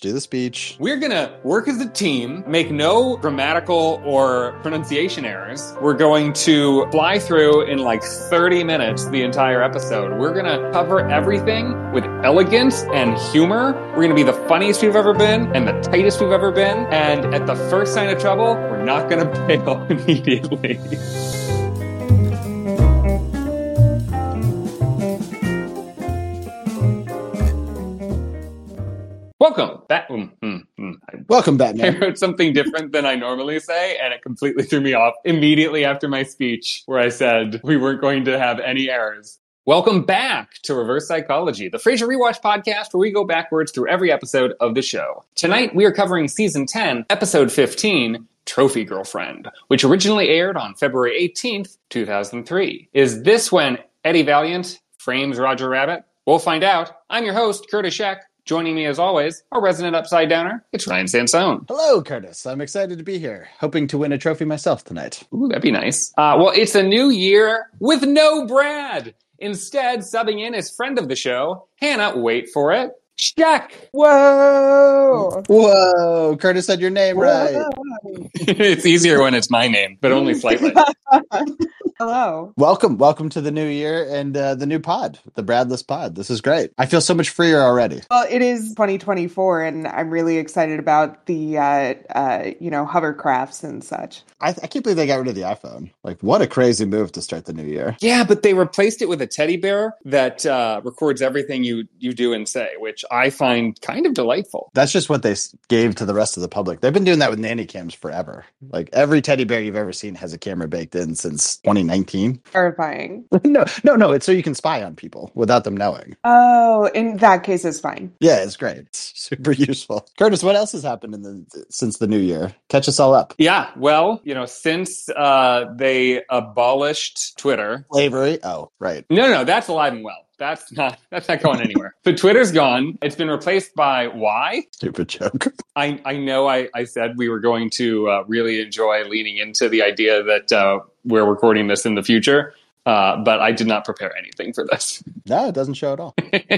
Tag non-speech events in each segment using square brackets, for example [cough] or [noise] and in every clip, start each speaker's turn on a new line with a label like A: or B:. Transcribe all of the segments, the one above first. A: do the speech.
B: We're gonna work as a team, make no grammatical or pronunciation errors. We're going to fly through in like 30 minutes the entire episode. We're gonna cover everything with elegance and humor. We're gonna be the funniest we've ever been and the tightest we've ever been. And at the first sign of trouble, we're not gonna [laughs] bail immediately. Welcome back. Mm, mm, mm. I-
A: Welcome,
B: [laughs]
A: [laughs]
B: I
A: Batman.
B: wrote something different than I normally say, and it completely threw me off immediately after my speech, where I said we weren't going to have any errors. Welcome back to Reverse Psychology, the Frasier Rewatch podcast, where we go backwards through every episode of the show. Tonight, we are covering season 10, episode 15. Trophy Girlfriend, which originally aired on February 18th, 2003. Is this when Eddie Valiant frames Roger Rabbit? We'll find out. I'm your host, Curtis Sheck. Joining me, as always, our resident upside downer, it's Ryan Sansone.
A: Hello, Curtis. I'm excited to be here, hoping to win a trophy myself tonight.
B: Ooh, that'd be nice. Uh, well, it's a new year with no Brad. Instead, subbing in is friend of the show, Hannah. Wait for it. Check.
C: Whoa!
A: Whoa, Curtis said your name right.
B: [laughs] it's easier when it's my name, but only slightly.
C: Hello.
A: Welcome, welcome to the new year and uh, the new pod, the Bradless pod. This is great. I feel so much freer already.
C: Well, it is 2024, and I'm really excited about the uh, uh, you know hovercrafts and such.
A: I, I can't believe they got rid of the iPhone. Like, what a crazy move to start the new year.
B: yeah, but they replaced it with a teddy bear that uh, records everything you you do and say, which I find kind of delightful.
A: That's just what they s- gave to the rest of the public. They've been doing that with nanny cams forever. Like every teddy bear you've ever seen has a camera baked in since 2019.
C: Terrifying.
A: [laughs] no, no, no. It's so you can spy on people without them knowing.
C: Oh, in that case, it's fine.
A: Yeah, it's great. It's super [laughs] useful. Curtis, what else has happened in the since the new year? Catch us all up.
B: Yeah, well, you know, since uh, they abolished Twitter,
A: Slavery. Oh, right. [laughs]
B: No, no, that's alive and well. That's not that's not going anywhere. but Twitter's gone. It's been replaced by Y.
A: Stupid joke.
B: I I know I, I said we were going to uh, really enjoy leaning into the idea that uh, we're recording this in the future, uh, but I did not prepare anything for this. [laughs]
A: No, it doesn't show at all.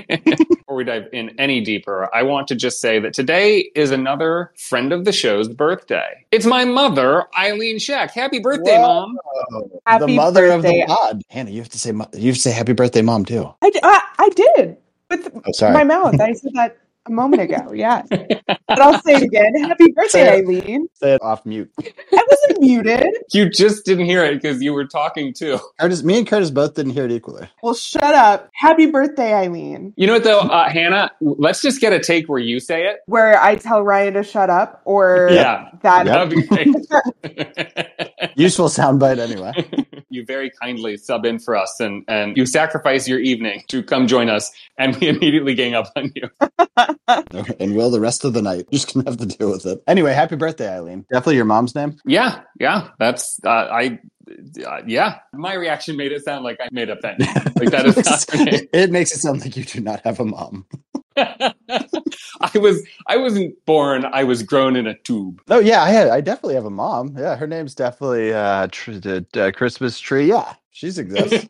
B: Before we dive in any deeper, I want to just say that today is another friend of the show's birthday. It's my mother, Eileen Sheck. Happy birthday,
A: Whoa.
B: mom! Oh,
C: Happy
A: the mother of the
C: birthday.
A: pod. Hannah, you have to say mo- you have to say happy birthday, mom, too.
C: I, d- I- I did with
A: Oh, sorry.
C: my mouth. I said that a
A: [laughs]
C: moment ago. Yeah, but I'll say it again. Happy birthday,
A: Say it.
C: Eileen.
A: Say it off mute.
C: I wasn't muted.
B: You just didn't hear it because you were talking too.
A: Curtis, me and Curtis both didn't hear it equally.
B: [laughs]
C: Well, shut up. Happy birthday, Eileen.
B: You know what though, uh, Hannah? Let's just get a take where you say it.
C: Where I tell Ryan to shut up, or
B: Yeah.
C: that
A: Yeah.
B: That would be great. [laughs]
A: Useful soundbite anyway.
B: you very kindly sub in for us and, and you sacrifice your evening to come join us and we [laughs] immediately gang up on you.
A: and will the rest of the night. Just gonna have to deal with it. Anyway, happy birthday, Eileen. Definitely your mom's name.
B: Yeah, yeah, that's, uh, I, uh, yeah. My reaction made it sound like I made [laughs] up that name.
A: [laughs]
B: Like that is [laughs] not her name.
A: it makes it sound like you do not have a mom.
B: I was, I wasn't born, I was grown in a tube.
A: Oh yeah, I had, I definitely have a mom. Yeah, her name's definitely uh, tr- the uh Christmas tree. Yeah, she's exists.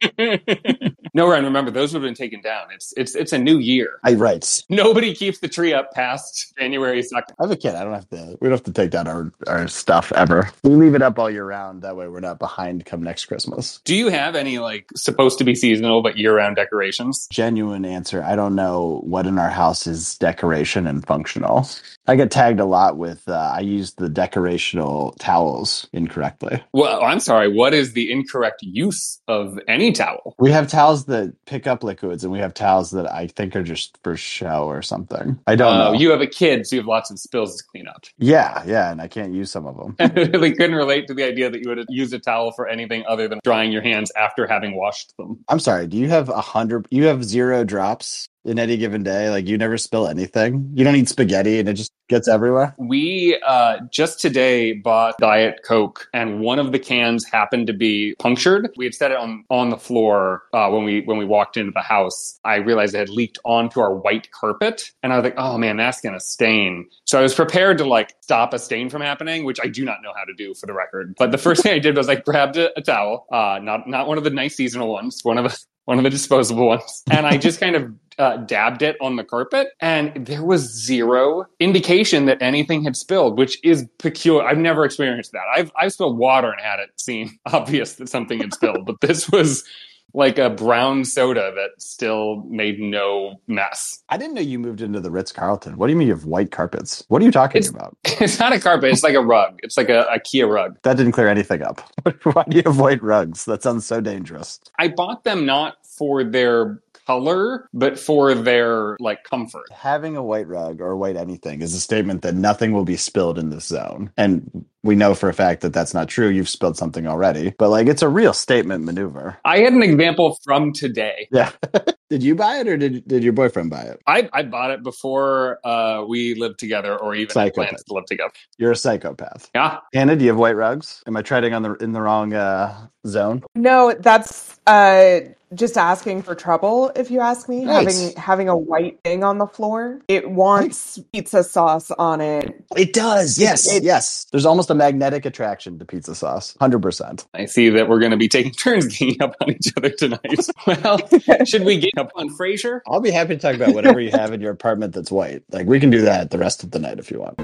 B: no, Ryan, remember, those would have been taken down. It's, it's, it's a new year.
A: I writes.
B: Nobody keeps the tree up past January 2nd.
A: I have a kid. I don't have to. We don't have to take down our our stuff ever. We leave it up all year round. That way, we're not behind come next Christmas.
B: Do you have any like supposed to be seasonal but year round decorations?
A: Genuine answer. I don't know what in our house is decoration and functional. I get tagged a lot with uh, I use the decorational towels incorrectly.
B: Well, I'm sorry. What is the incorrect use of any towel?
A: We have towels that pick up liquids, and we have towels that I think are just for show or something. I don't
B: Uh,
A: know.
B: you have a kid, so you have lots of spills to clean up. [laughs]
A: yeah, yeah, and I can't use some of them.
B: I really couldn't relate to the idea that you would use a towel for anything other than drying your hands after having washed them.
A: I'm sorry. Do you have a hundred? You have zero drops in any given day. Like you never spill anything. You don't eat spaghetti, and it just gets everywhere.
B: We uh, just today bought Diet Coke, and one of the cans happened to be punctured. We had set it on on the floor uh, when we when we walked into the house. I realized it had leaked onto our white carpet, and I was like, "Oh man, that's gonna stain." So I was prepared to like stop a stain from happening, which I do not know how to do for the record. But the first [laughs] thing I did was I grabbed a, a towel, uh, not not one of the nice seasonal ones, one of the one of the disposable ones, and I just kind of uh, dabbed it on the carpet, and there was zero indication that anything had spilled, which is peculiar. I've never experienced that. I've I've spilled water and had it seem [laughs] obvious that something had spilled, but this [laughs] was like a brown soda that still made no mess. [laughs]
A: I didn't know you moved into the Ritz Carlton. What do you mean you have white carpets? What are you talking
B: It's-
A: about?
B: It's not a carpet. It's like a rug. It's like a IKEA rug.
A: That didn't clear anything up. [laughs] Why do you have white rugs? That sounds so dangerous.
B: I bought them not for their color, but for their like comfort.
A: Having a white rug or white anything is a statement that nothing will be spilled in this zone. And we know for a fact that that's not true. You've spilled something already, but like it's a real statement maneuver.
B: I had an example from today.
A: Yeah. [laughs] did you buy it or did, did your boyfriend buy it?
B: I, I bought it before uh, we lived together or even had
A: Psychopath.
B: plans to live together.
A: You're a psychopath.
B: Yeah.
A: Anna, do you have white rugs? Am I treading on the in the wrong uh, zone?
C: No, that's uh, just asking for trouble. If you ask me,
A: Nice.
C: having having a white thing on the floor, it wants pizza sauce on it.
A: It does. Yes. yes. There's almost a magnetic attraction to pizza sauce. 100%.
B: I see that we're going to be taking [laughs] turns ganging up on each other tonight. well, should we gang up on Frasier?
A: I'll be happy to talk about whatever you have in your apartment that's white. Like we can do that the rest of the night if you want.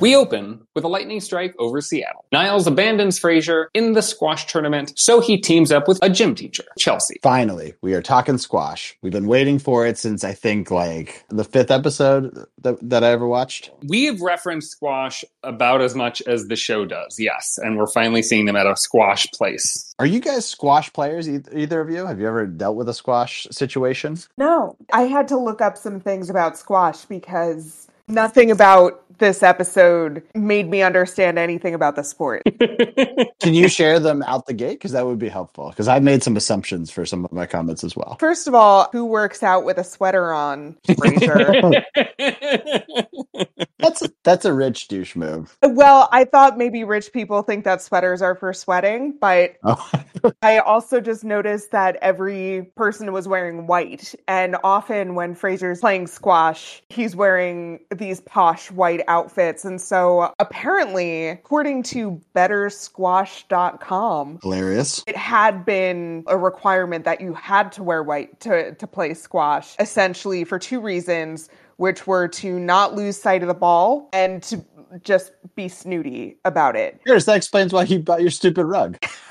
B: We open with a lightning strike over Seattle. Niles abandons Frasier in the squash tournament, so he teams up with a gym teacher, Chelsea.
A: Finally, we are talking squash. We've been waiting for it since I think like the fifth episode that, that I ever watched.
B: We have referenced squash about as much as the show does, yes, and we're finally seeing them at a squash place. [laughs]
A: Are you guys squash players, eith- either of you? Have you ever dealt with a squash situation?
C: No, I had to look up some things about squash because nothing about this episode made me understand anything about the sport.
A: Can you share them out the gate? Because that would be helpful. Because I made some assumptions for some of my comments as well.
C: First of all, who works out with a sweater on? Fraser.
A: That's a, that's a rich douche move.
C: well, I thought maybe rich people think that sweaters are for sweating, but
A: Oh, [laughs]
C: I also just noticed that every person was wearing white, and often when Fraser's playing squash, he's wearing these posh white outfits. And so, apparently, according to BetterSquash.com,
A: hilarious.
C: it had been a requirement that you had to wear white to, to play squash, essentially for two reasons, which were to not lose sight of the ball and to just be snooty about it.
A: Here's that explains why you bought your stupid rug.
C: [laughs]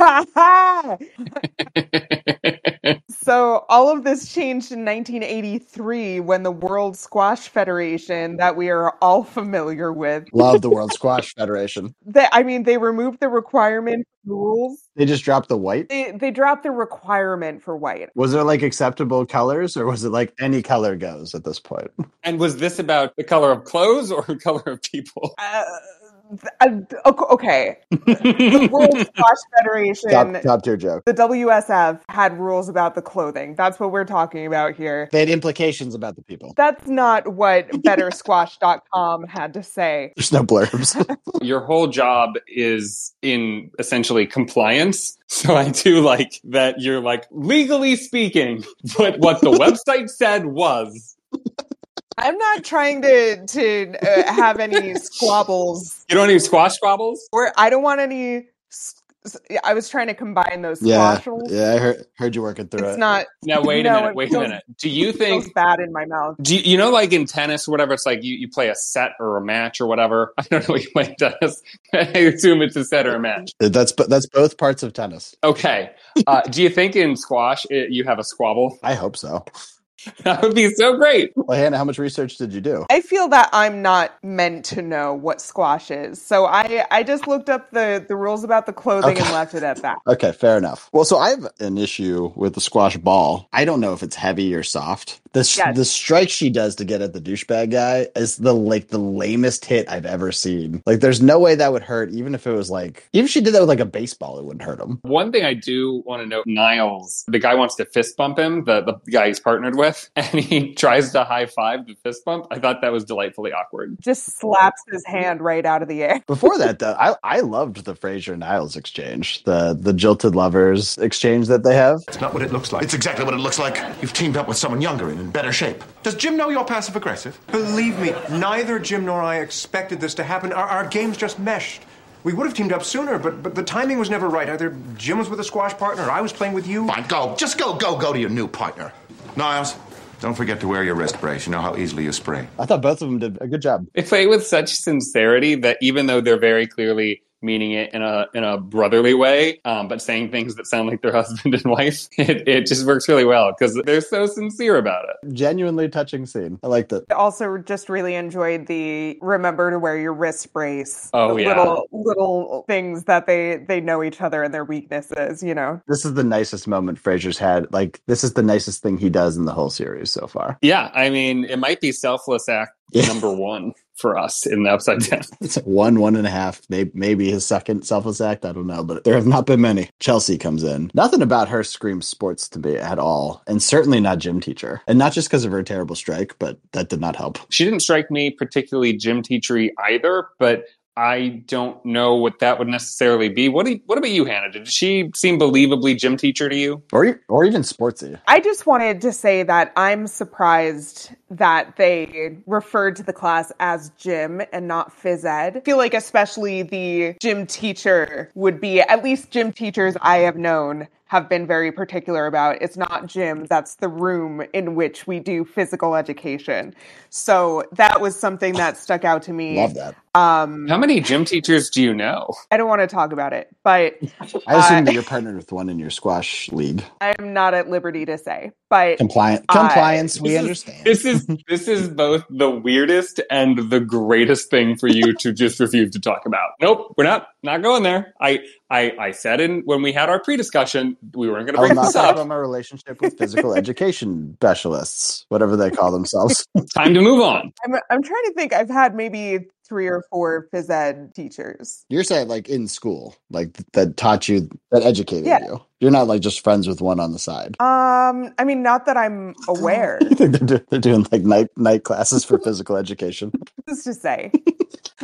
C: so all of this changed in 1983 when the World Squash Federation that we are all familiar with,
A: Love the World Squash Federation.
C: that I mean, they removed the requirement for rules.
A: They just dropped the white.
C: They they dropped the requirement for white.
A: Was there like acceptable colors, or was it like any color goes at this point?
B: and was this about the color of clothes or [laughs] the color of people?
C: Uh, th- uh, ok- okay, World Squash Federation.
A: Top, top tier joke.
C: The WSF had rules about the clothing. That's what we're talking about here.
A: They had implications about the people.
C: That's not what bettersquash.com had to say.
A: There's no
C: [laughs]
A: blurbs.
B: Your whole job is in essentially compliance. [laughs] So I do like that you're like legally speaking, but what the website said was
C: I'm not trying to to uh, have any squabbles
B: you don't need squash squabbles.
C: or I don't want any s- s- I was trying to combine those
A: yeah,
C: squabbles.
A: yeah. I heard, heard you working through
C: It's
A: it.
C: not
B: Now wait
C: No,
B: a minute,
C: it
B: wait
C: feels-
B: a minute. Do you
C: feels
B: think
C: bad in my mouth.
B: do you, you know like in tennis or whatever it's like you, you play a set or a match or whatever? [laughs] I don't know what you play in tennis. [laughs] I assume it's a set or a match.
A: That's bo- that's both parts of tennis.
B: Okay. Uh, do you think in squash it, you have a squabble? [laughs]
A: I hope so.
B: That would be so great.
A: Well, Hannah, how much research did you do?
C: I feel that I'm not meant to know what squash is. So I I just looked up the the rules about the clothing and
A: Okay.
C: left it at that.
A: Okay, fair enough. Well, so I have an issue with the squash ball. I don't know if it's heavy or soft. The
C: Yes.
A: the strike she does to get at the douchebag guy is the like the lamest hit I've ever seen. Like, there's no way that would hurt, even if it was like even if she did that with like a baseball, it wouldn't hurt him.
B: One thing I do want to note Niles, the guy wants to fist bump him, the, the guy he's partnered with, [laughs] and he tries to high five the fist bump. I thought that was delightfully awkward.
C: Just slaps his hand right out of the air. [laughs]
A: Before that, though, I, I loved the Fraser Niles exchange, the the jilted lovers exchange that they have.
D: It's not what it looks like. It's exactly what it looks like. You've teamed up with someone younger and in better shape. Does Jim know you're passive aggressive?
E: Believe me, neither Jim nor I expected this to happen. Our, our games just meshed. We would have teamed up sooner, but but the timing was never right. Either Jim was with a squash partner, or I was playing with you.
D: Fine, go. Just go, go, go to your new partner. Niles, don't forget to wear your wrist brace. You know how easily you sprain.
A: I thought both of them did a good job.
B: They play with such sincerity that even though they're very clearly meaning it in a in a brotherly way, um, but saying things that sound like their [laughs] husband and wife, it, it just works really well because they're so sincere about it.
A: Genuinely touching scene. I liked it.
C: Also, just really enjoyed the remember to wear your wrist brace.
B: Oh,
C: The
B: yeah.
C: Little little things that they they know each other and their weaknesses. You know,
A: This is the nicest moment Frazier's had. Like this is the nicest thing he does in the whole series so far.
B: Yeah, I mean, it might be selfless act
A: Yeah.
B: number one for us in the Upside Down.
A: It's like one, one and a half, maybe, maybe his second selfless act. I don't know, but there have not been many. Chelsea comes in. Nothing about her screams sports to me at all, and certainly not gym teacher. And not just because of her terrible strike, but that did not help.
B: She didn't strike me particularly gym teachery either, but I don't know what that would necessarily be. What do you, what about you, Hannah? Did she seem believably gym teacher to you?
A: Or, or even sportsy.
C: I just wanted to say that I'm surprised that they referred to the class as gym and not phys ed. I feel like especially the gym teacher would be at least gym teachers I have known have been very particular about it's not gym that's the room in which we do physical education. So that was something that stuck out to me.
A: Love that.
C: Um
B: How many gym teachers do you know?
C: I don't want to talk about it, but
A: I assume
C: Uh,
A: that you're partnered with one in your squash league.
C: I'm not at liberty to say. But
A: Compliant,
C: I-
A: compliance. we
B: This is-
A: understand.
B: [laughs] This is this is both the weirdest and the greatest thing for you to just refuse to talk about. Nope, we're not not going there. I I, I said in when we had our pre-discussion we weren't going to
A: I will
B: bring
A: not
B: this
A: talk
B: up.
A: about my relationship with physical education specialists, whatever they call
B: [laughs]
A: themselves.
B: Time to move on.
C: I'm, I'm trying to think. I've had maybe three or four phys ed teachers.
A: You're saying like in school, like that taught you, that educated
C: Yeah.
A: you. You're not like just friends with one on the side.
C: Um, I mean, not that I'm aware. [laughs]
A: You think [laughs] they're, do- they're doing like night night classes for physical education?
C: Just to say,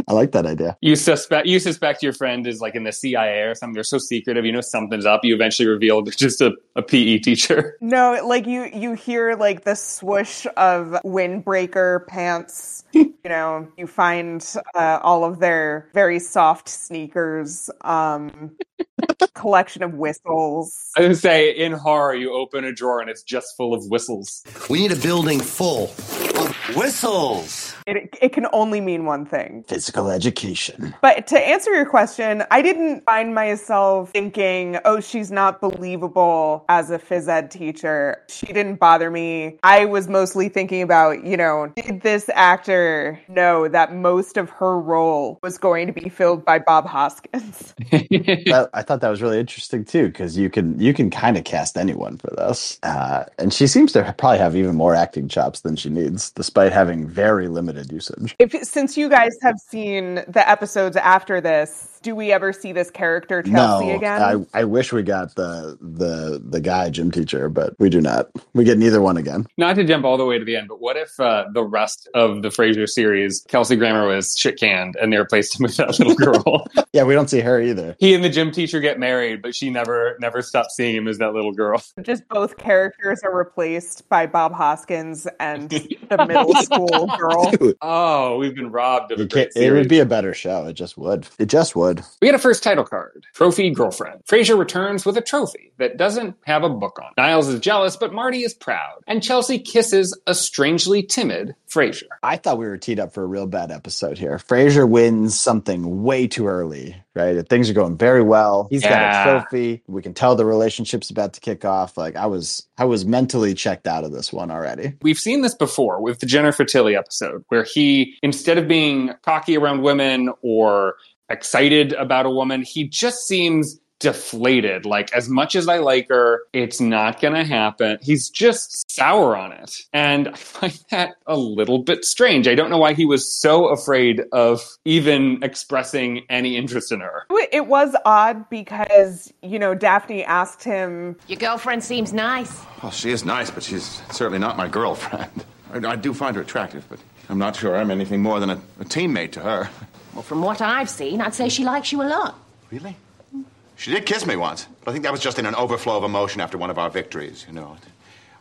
A: I like that idea.
B: You suspect you suspect your friend is like in the CIA or something. They're so secretive. You know something's up. You eventually reveal they're just a, a PE teacher. [laughs]
C: no, like you, you hear like the swoosh of windbreaker pants. You know, you find uh, all of their very soft sneakers, um, collection of whistles.
B: I would say in horror you open a drawer and it's just full of whistles.
F: We need a building full of whistles.
C: It, it can only mean one thing.
A: Physical
C: [laughs]
A: education.
C: But to answer your question, I didn't find myself thinking, oh, she's not believable as a phys ed teacher. She didn't bother me. I was mostly thinking about, you know, did this actor know that most of her role was going to be filled by Bob Hoskins? [laughs]
A: That, I thought that was really interesting too, because you can you can kind of cast anyone for this, uh, and she seems to probably have even more acting chops than she needs, despite having very limited usage.
C: If since you guys have seen the episodes after this, do we ever see this character Chelsea
A: no,
C: again?
A: I, I wish we got the the the guy gym teacher, but we do not. We get neither one again.
B: Not to jump all the way to the end, but what if uh, the rest of the Frasier series, Kelsey Grammer was shit canned and they replaced him with that
A: [laughs]
B: little girl?
A: Yeah, we don't see her either.
B: he and the gym teacher get married, but she never never stops seeing him as that little girl. [laughs]
C: Just both characters are replaced by Bob Hoskins and the middle school girl.
B: Oh, we've been robbed of
A: It,
B: a
A: can't-
B: great
A: it
B: series.
A: would be a better show. It just would. It just would.
B: We get a first title card, Trophy Girlfriend. Frasier returns with a trophy that doesn't have a book on. it. Niles is jealous, but Marty is proud. And Chelsea kisses a strangely timid Frasier.
A: I thought we were teed up for a real bad episode here. Frazier wins something way too early, right? Things are going very well. He's
B: Yeah.
A: got a trophy. We can tell the relationship's about to kick off. Like I was, I was mentally checked out of this one already.
B: We've seen this before with the Jennifer Tilly episode, where he, instead of being cocky around women or excited about a woman, he just seems deflated. Like, as much as I like her, it's not going to happen. He's just sour on it. And I find that a little bit strange. I don't know why he was so afraid of even expressing any interest in her.
C: It it was odd because, you know, Daphne asked him,
G: Your girlfriend seems nice.
D: Well, Oh, she is nice, but she's certainly not my girlfriend. [laughs] I, I do find her attractive, but I'm not sure I'm anything more than a, a teammate to her.
G: Well, from what I've seen, I'd say she likes you a lot.
D: Really? She did kiss me once, but I think that was just in an overflow of emotion after one of our victories, you know.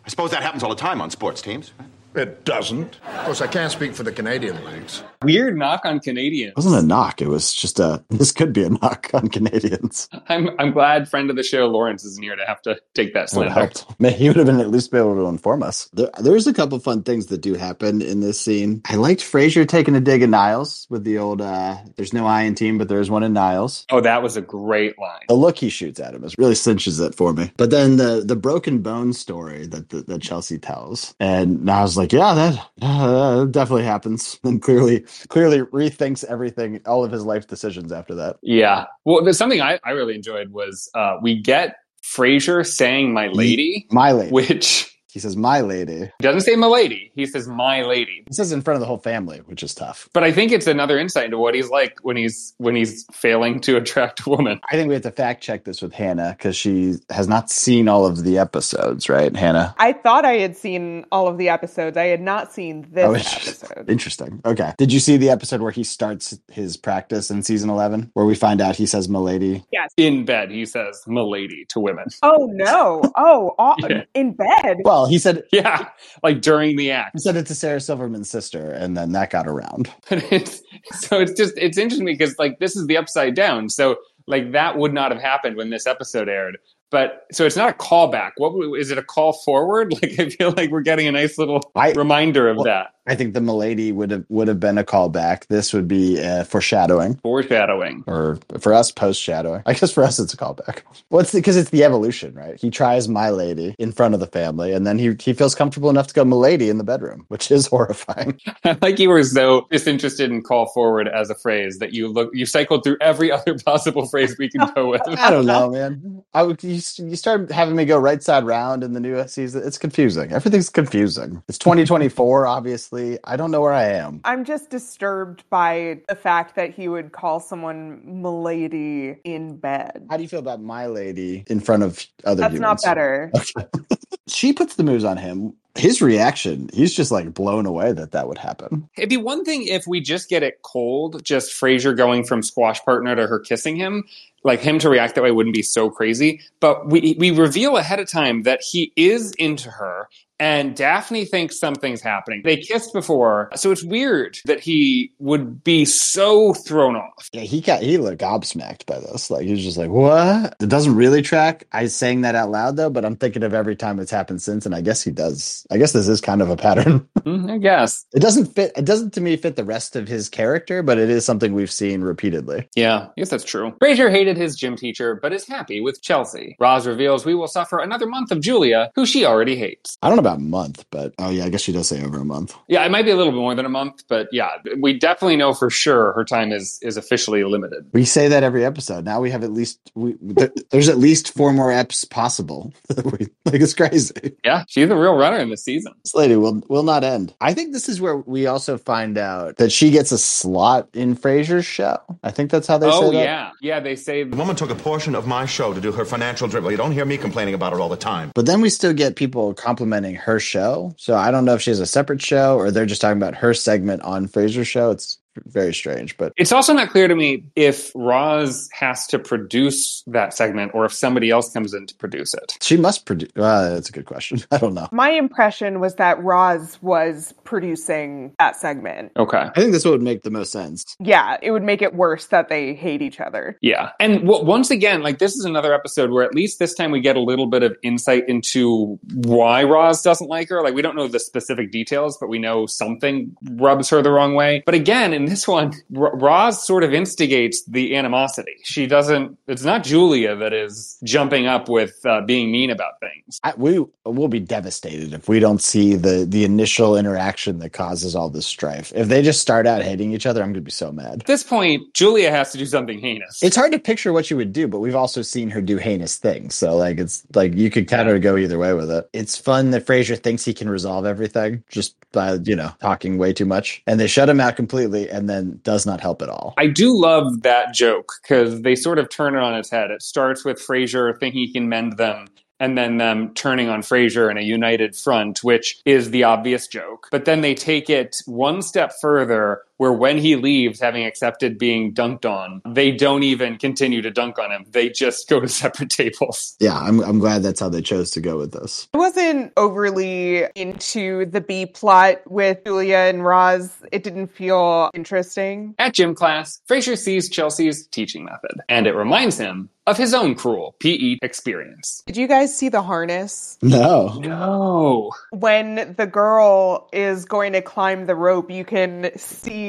D: I suppose that happens all the time on sports teams. right?
H: It doesn't. Of course, I can't speak for the Canadian leagues.
B: Weird knock on Canadians.
A: It wasn't a knock. It was just a, [laughs] this could be a knock on Canadians.
B: I'm I'm glad friend of the show Lawrence isn't here to have to take that
A: would have
B: slander.
A: helped. [laughs] Man, he would have been at least been able to inform us. There, there's a couple fun things that do happen in this scene. I liked Frazier taking a dig at Niles with the old, uh, there's no I in team, but there's one in Niles.
B: Oh, that was a great line.
A: The look he shoots at him is really cinches it for me. But then the the broken bone story that that, that Chelsea tells, and I was like, yeah, that uh, definitely happens. [laughs] And clearly, clearly rethinks everything, all of his life decisions after that.
B: Yeah. Well, there's something I, I really enjoyed was uh, we get Frasier saying "my lady,"
A: My lady,
B: which
A: he says, my lady.
B: he doesn't say "my lady." He says "my lady,"
A: He says in front of the whole family, which is tough.
B: but I think it's another insight into what he's like when he's when he's failing to attract [laughs] a woman.
A: I think we have to fact check this with Hannah because she has not seen all of the episodes, right, Hannah?
C: I thought I had seen all of the episodes. I had not seen this
A: Oh, [laughs]
C: episode.
A: interesting. Okay. Did you see the episode where he starts his practice in season 11, where we find out he says Milady?
C: Yes.
B: In bed, he says "my lady" to women. [laughs]
C: Oh no. Oh, all,
B: Yeah.
C: in bed.
A: Well, he said
B: Yeah, like during the act.
A: he said it to Sarah Silverman's sister, and then that got around.
B: But [laughs] it's so it's just it's interesting because like this is the upside down. So like that would not have happened when this episode aired. But so it's not a callback. What w- is it? A call forward? [laughs] Like I feel like we're getting a nice little
A: I-
B: reminder of
A: Well-
B: that
A: I think the Milady would have would have been a callback. This would be uh, foreshadowing.
B: foreshadowing. [laughs]
A: Or for us, post shadowing. I guess for us, it's a callback. What's because it's the evolution, right? He tries my lady in front of the family, and then he he feels comfortable enough to go milady in the bedroom, which is [laughs] horrifying.
B: like you were so disinterested in call forward as a phrase that you look you cycled through every [laughs] other possible phrase we could
A: [laughs]
B: go with.
A: I don't know, man. I would you, you start having me go right side round in the new season. It's confusing. Everything's confusing. It's 2024, obviously. I don't know where I am.
C: I'm just disturbed by the fact that he would call someone milady in bed.
A: How do you feel about my lady in front of other?
C: That's not
A: humans?
C: better.
A: She puts the moves on him. His reaction, he's just like blown away that that would happen.
B: It'd be one thing if we just get it cold, just Frasier going from squash partner to her kissing him. Like him to react that way wouldn't be so crazy. But we we reveal ahead of time that he is into her and Daphne thinks something's happening. They kissed before, so it's weird that he would be so thrown off.
A: Yeah, he got he looked gobsmacked by this. Like he was just like, "What?" It doesn't really track. I sang that out loud though, but I'm thinking of every time it's happened since, and I guess he does. I guess this is kind of a pattern. [laughs]
B: Mm, I guess.
A: It doesn't fit. It doesn't to me fit the rest of his character, but it is something we've seen repeatedly.
B: Yeah, I guess that's true. Frasier hated his gym teacher, but is happy with Chelsea. Roz reveals we will suffer another month of Julia, who she already hates.
A: I don't know about month, but oh yeah, I guess she does say over a month.
B: Yeah, it might be a little bit more than a month, but yeah, we definitely know for sure her time is is officially limited.
A: We say that every episode. Now we have at least we there, there's at least four more eps possible. [laughs] We- like it's crazy.
B: Yeah, she's a real runner in this season.
A: This lady will will not end. I think this is where we also find out that she gets a slot in Frasier's show. I think that's how they
B: oh
A: say that.
B: yeah, yeah. They say
D: The woman took a portion of my show to do her financial dribble. You don't hear me complaining about it all the time.
A: But then we still get people complimenting her show. So I don't know if she has a separate show or they're just talking about her segment on Frasier's show. It's very strange, but
B: it's also not clear to me if Roz has to produce that segment or if somebody else comes in to produce it.
A: She must produce. Uh, that's a good question. [laughs] I don't know.
C: My impression was that Roz was producing that segment.
B: Okay.
A: I think this would make the most sense.
C: Yeah, it would make it worse that they hate each other.
B: Yeah. And w- once again, like this is another episode where at least this time we get a little bit of insight into why Roz doesn't like her. Like we don't know the specific details, but we know something rubs her the wrong way. But again, in this one, R- Roz sort of instigates the animosity. She doesn't, it's not Julia that is jumping up with uh, being mean about things.
A: I, we will be devastated if we don't see the the initial interaction that causes all this strife. If they just start out hating each other, I'm going to be so mad.
B: At this point, Julia has to do something heinous.
A: It's hard to picture what she would do, but we've also seen her do heinous things. So like it's like you could kind of go either way with it. It's fun that Fraser thinks he can resolve everything just by you know talking way too much, and they shut him out completely, and then does not help at all.
B: I do love that joke because they sort of turn it on its head. It starts with Frasier thinking he can mend them, and then them turning on Frazier in a united front, which is the obvious joke. But then they take it one step further where when he leaves, having accepted being dunked on, they don't even continue to dunk on him. They just go to [laughs] separate tables.
A: Yeah, I'm, I'm glad that's how they chose to go with this.
C: I wasn't overly into the B plot with Julia and Roz. It didn't feel interesting.
B: At gym class, Frazier sees Chelsea's teaching method, and it reminds him of his own cruel PE experience.
C: Did you guys see the harness?
A: No.
B: No.
C: when the girl is going to climb the rope, you can see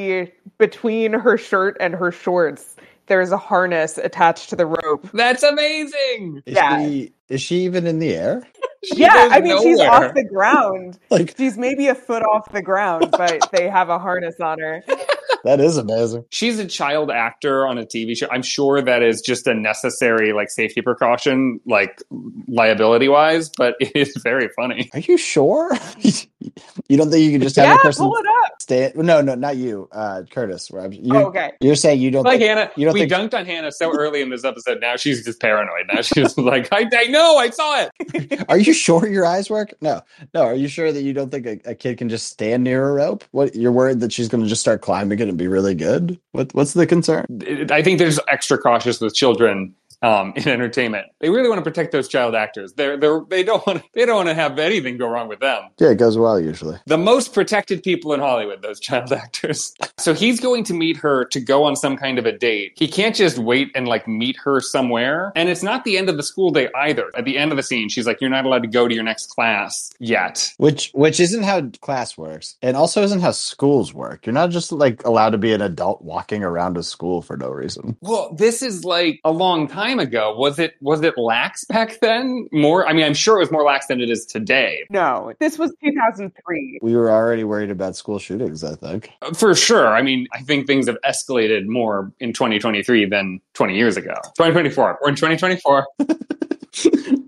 C: between her shirt and her shorts, there's a harness attached to the rope.
B: That's amazing.
A: Is,
C: Yeah.
A: she, is she even in the air? [laughs]
C: yeah,
B: goes
C: I mean, she's
B: nowhere.
C: off the ground.
A: Like,
C: She's maybe a foot off the ground, but they have a harness on her.
A: that is amazing.
B: She's a child actor on a TV show. I'm sure that is just a necessary like safety precaution, like liability wise, but [laughs] it is very funny.
A: Are you sure? [laughs] you don't think you can just have
C: Yeah,
A: a person
C: pull it up.
A: stay? No, no, not you, uh, Curtis. Rob. You,
C: Oh, okay.
A: You're saying you don't
B: Like
A: think-
B: Hannah,
A: you don't
B: we
A: think-
B: dunked on Hannah so early in this episode. Now she's just [laughs] paranoid. Now she's like, I, I know, I saw it.
A: Are you sure your eyes work? No, no. Are you sure that you don't think a, a kid can just stand near a rope? What you're worried that she's going to just start climbing it and be really good? What What's the concern?
B: It- I think they're just extra cautious with children um, in entertainment. They really want to protect those child actors. They're, they're, they don't want to, they don't want to have anything go wrong with them.
A: Yeah, it goes well usually.
B: the most protected people in Hollywood, those child [laughs] actors. So he's going to meet her to go on some kind of a date. He can't just wait and like meet her somewhere. And it's not the end of the school day either. At the end of the scene, she's like, You're not allowed to go to your next class yet.
A: Which Which isn't how class works, and also isn't how schools work. You're not just like allowed to be an adult walking around a school for no reason.
B: Well, this is like a long time ago. Was it was it lax back then? More I mean, I'm sure it was more lax than it is today.
C: No, this was 2003.
A: We were already worried about school shootings. I think.
B: For sure. I mean, I think things have escalated more in 2023 than 20 years ago. 2024. We're in 2024.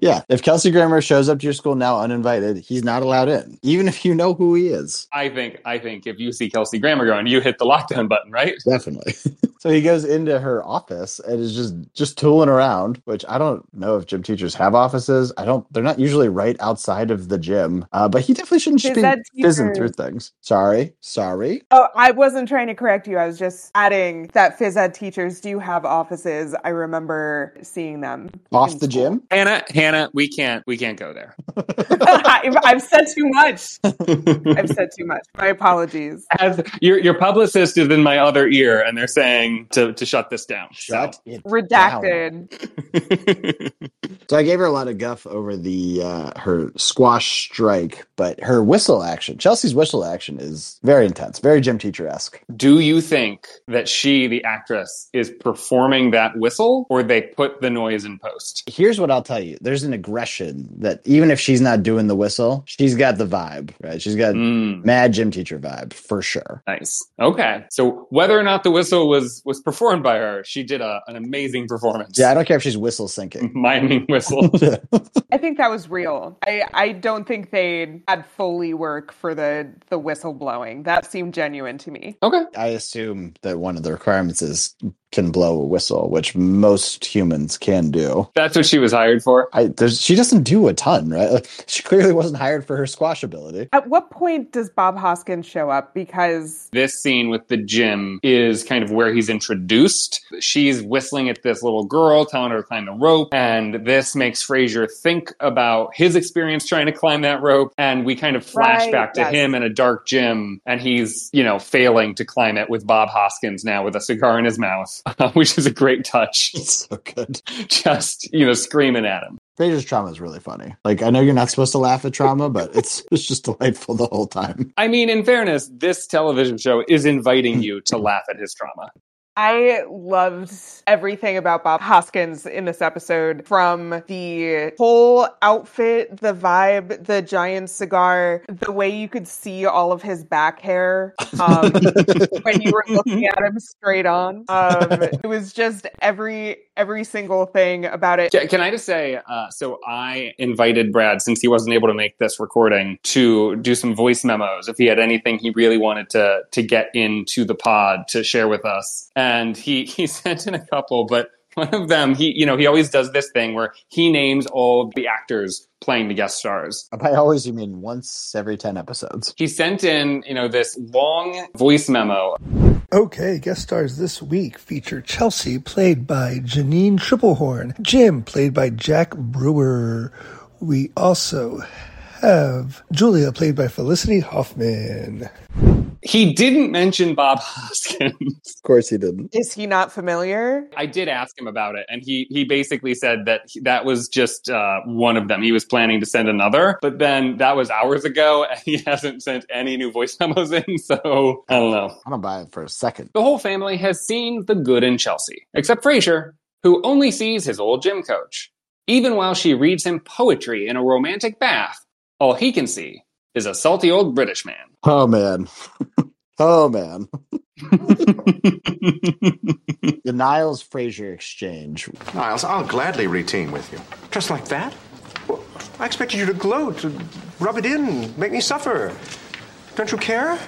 A: Yeah, if Kelsey Grammer shows up to your school now uninvited, he's not allowed in, even if you know who he is.
B: I think I think if you see Kelsey Grammer going, you hit the lockdown button, right?
A: definitely so he goes into her office and is just just tooling around which i don't know if gym teachers have offices i don't they're not usually right outside of the gym uh, but he definitely shouldn't just
C: Is that
A: be fizzing through
C: teacher-
A: things sorry sorry
C: Oh, I wasn't trying to correct you. I was just adding that phys ed teachers do have offices. I remember seeing them. [laughs]
A: off
C: in
A: the
C: school.
A: gym
B: Hannah, Hannah, we can't we can't go there.
C: I've, I've said too much. I've said too much. My apologies.
B: As your your publicist is in my other ear and they're saying to, to shut this down.
A: shut it
C: Redacted.
A: So I gave her a lot of guff over the uh, her squash strike, but her whistle action, Chelsea's whistle action, is very intense, very gym teacher esque.
B: Do you think that she, the actress, is performing that whistle or they put the noise in post?
A: here's what I'll tell you. There's an aggression that even if she's not doing the whistle, she's got the vibe, right? She's got
B: Mm,
A: mad gym teacher vibe for sure.
B: nice. Okay. So whether or not the whistle was was performed by her, she did a, an amazing performance.
A: Yeah, I don't care if she's whistle syncing.
B: miming
A: [laughs]
B: whistle.
C: I think that was real. I, I don't think they had Foley work for the, the whistle blowing. That seemed genuine to me.
B: Okay.
A: I assume that one of the requirements is can blow a whistle, which most humans can do.
B: That's what she was hired for.
A: I there's she doesn't do a ton, right? Like, she clearly wasn't hired for her squash ability.
C: At what point does Bob Hoskins show up? Because
B: this scene with the gym is kind of where he's introduced. She's whistling at this little girl, telling her to climb the rope, and this makes Frazier think about his experience trying to climb that rope. And we kind of flash
C: Right,
B: back to
C: yes.
B: him in a dark gym, and he's you know failing to climb it with Bob Hoskins now with a cigar in his mouth, [laughs] which is a great touch.
A: [laughs] It's so good.
B: Just you know screaming at him.
A: Fraser's trauma is really funny. Like I know you're not supposed to laugh at trauma, but it's [laughs] it's just delightful the whole time.
B: I mean, in fairness, this television show is inviting you to laugh at his trauma.
C: I loved everything about Bob Hoskins in this episode from the whole outfit, the vibe, the giant cigar, the way you could see all of his back hair um, when you were looking at him straight on. Um, it was just every every single thing about it.
B: Ca- Can I just say, uh, so I invited Brad, since he wasn't able to make this recording, to do some voice memos if he had anything he really wanted to [laughs] to get into the pod to share with us. And he, he sent in a couple, but one of them, he, you know, he always does this thing where he names all the actors playing the guest stars.
A: By always, you mean once every 10 episodes.
B: He sent in, you know, this long voice memo
I: Okay, guest stars this week feature Chelsea, played by Janine Triplehorn, Jim, played by Jack Brewer. We also have Julia, played by Felicity Hoffman.
B: He didn't mention Bob [laughs] Hoskins.
A: Of course, he didn't.
C: Is he not familiar?
B: I did ask him about it, and he he basically said that he- that was just uh, one of them. He was planning to send another, but then that was hours ago, [laughs] and he hasn't sent any new voice [laughs] memos in. So I don't know.
A: I don't buy it for a second.
B: The whole family has seen the good in Chelsea, except Frasier, who only sees his old gym coach. Even while she reads him poetry in a romantic bath, all he can see is a salty old British man.
A: Oh, man. [laughs] oh, man. The Niles Fraser exchange.
D: Niles, I'll gladly routine with you.
E: Just like that? Well, I expected you to gloat, to rub it in, make me suffer. Don't you care?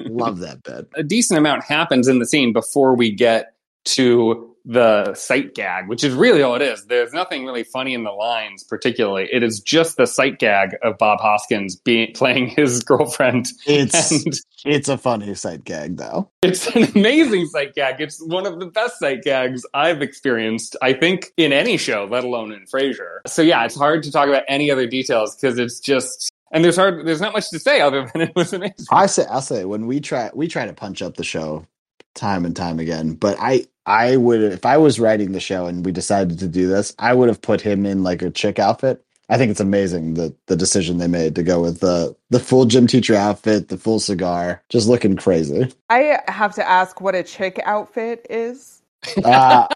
A: Love that bit.
B: a decent amount happens in the scene before we get to the sight gag, which is really all it is. There's nothing really funny in the lines, particularly. It is just the sight gag of Bob Hoskins being playing his [laughs] girlfriend,
A: It's
B: and
A: it's a funny sight gag though.
B: it's an amazing sight gag. It's one of the best sight gags I've experienced, I think, in any show, let alone in Frasier. So yeah, it's hard to talk about any other details because it's just and there's hard there's not much to say other [laughs] than it was amazing.
A: I say I say when we try we try to punch up the show time and time again, but I I would if I was writing the show and we decided to do this, I would have put him in like a chick outfit. I think it's amazing that the decision they made to go with the the full gym teacher outfit, the full cigar, just looking crazy.
C: I have to ask what a chick outfit is.
A: Uh,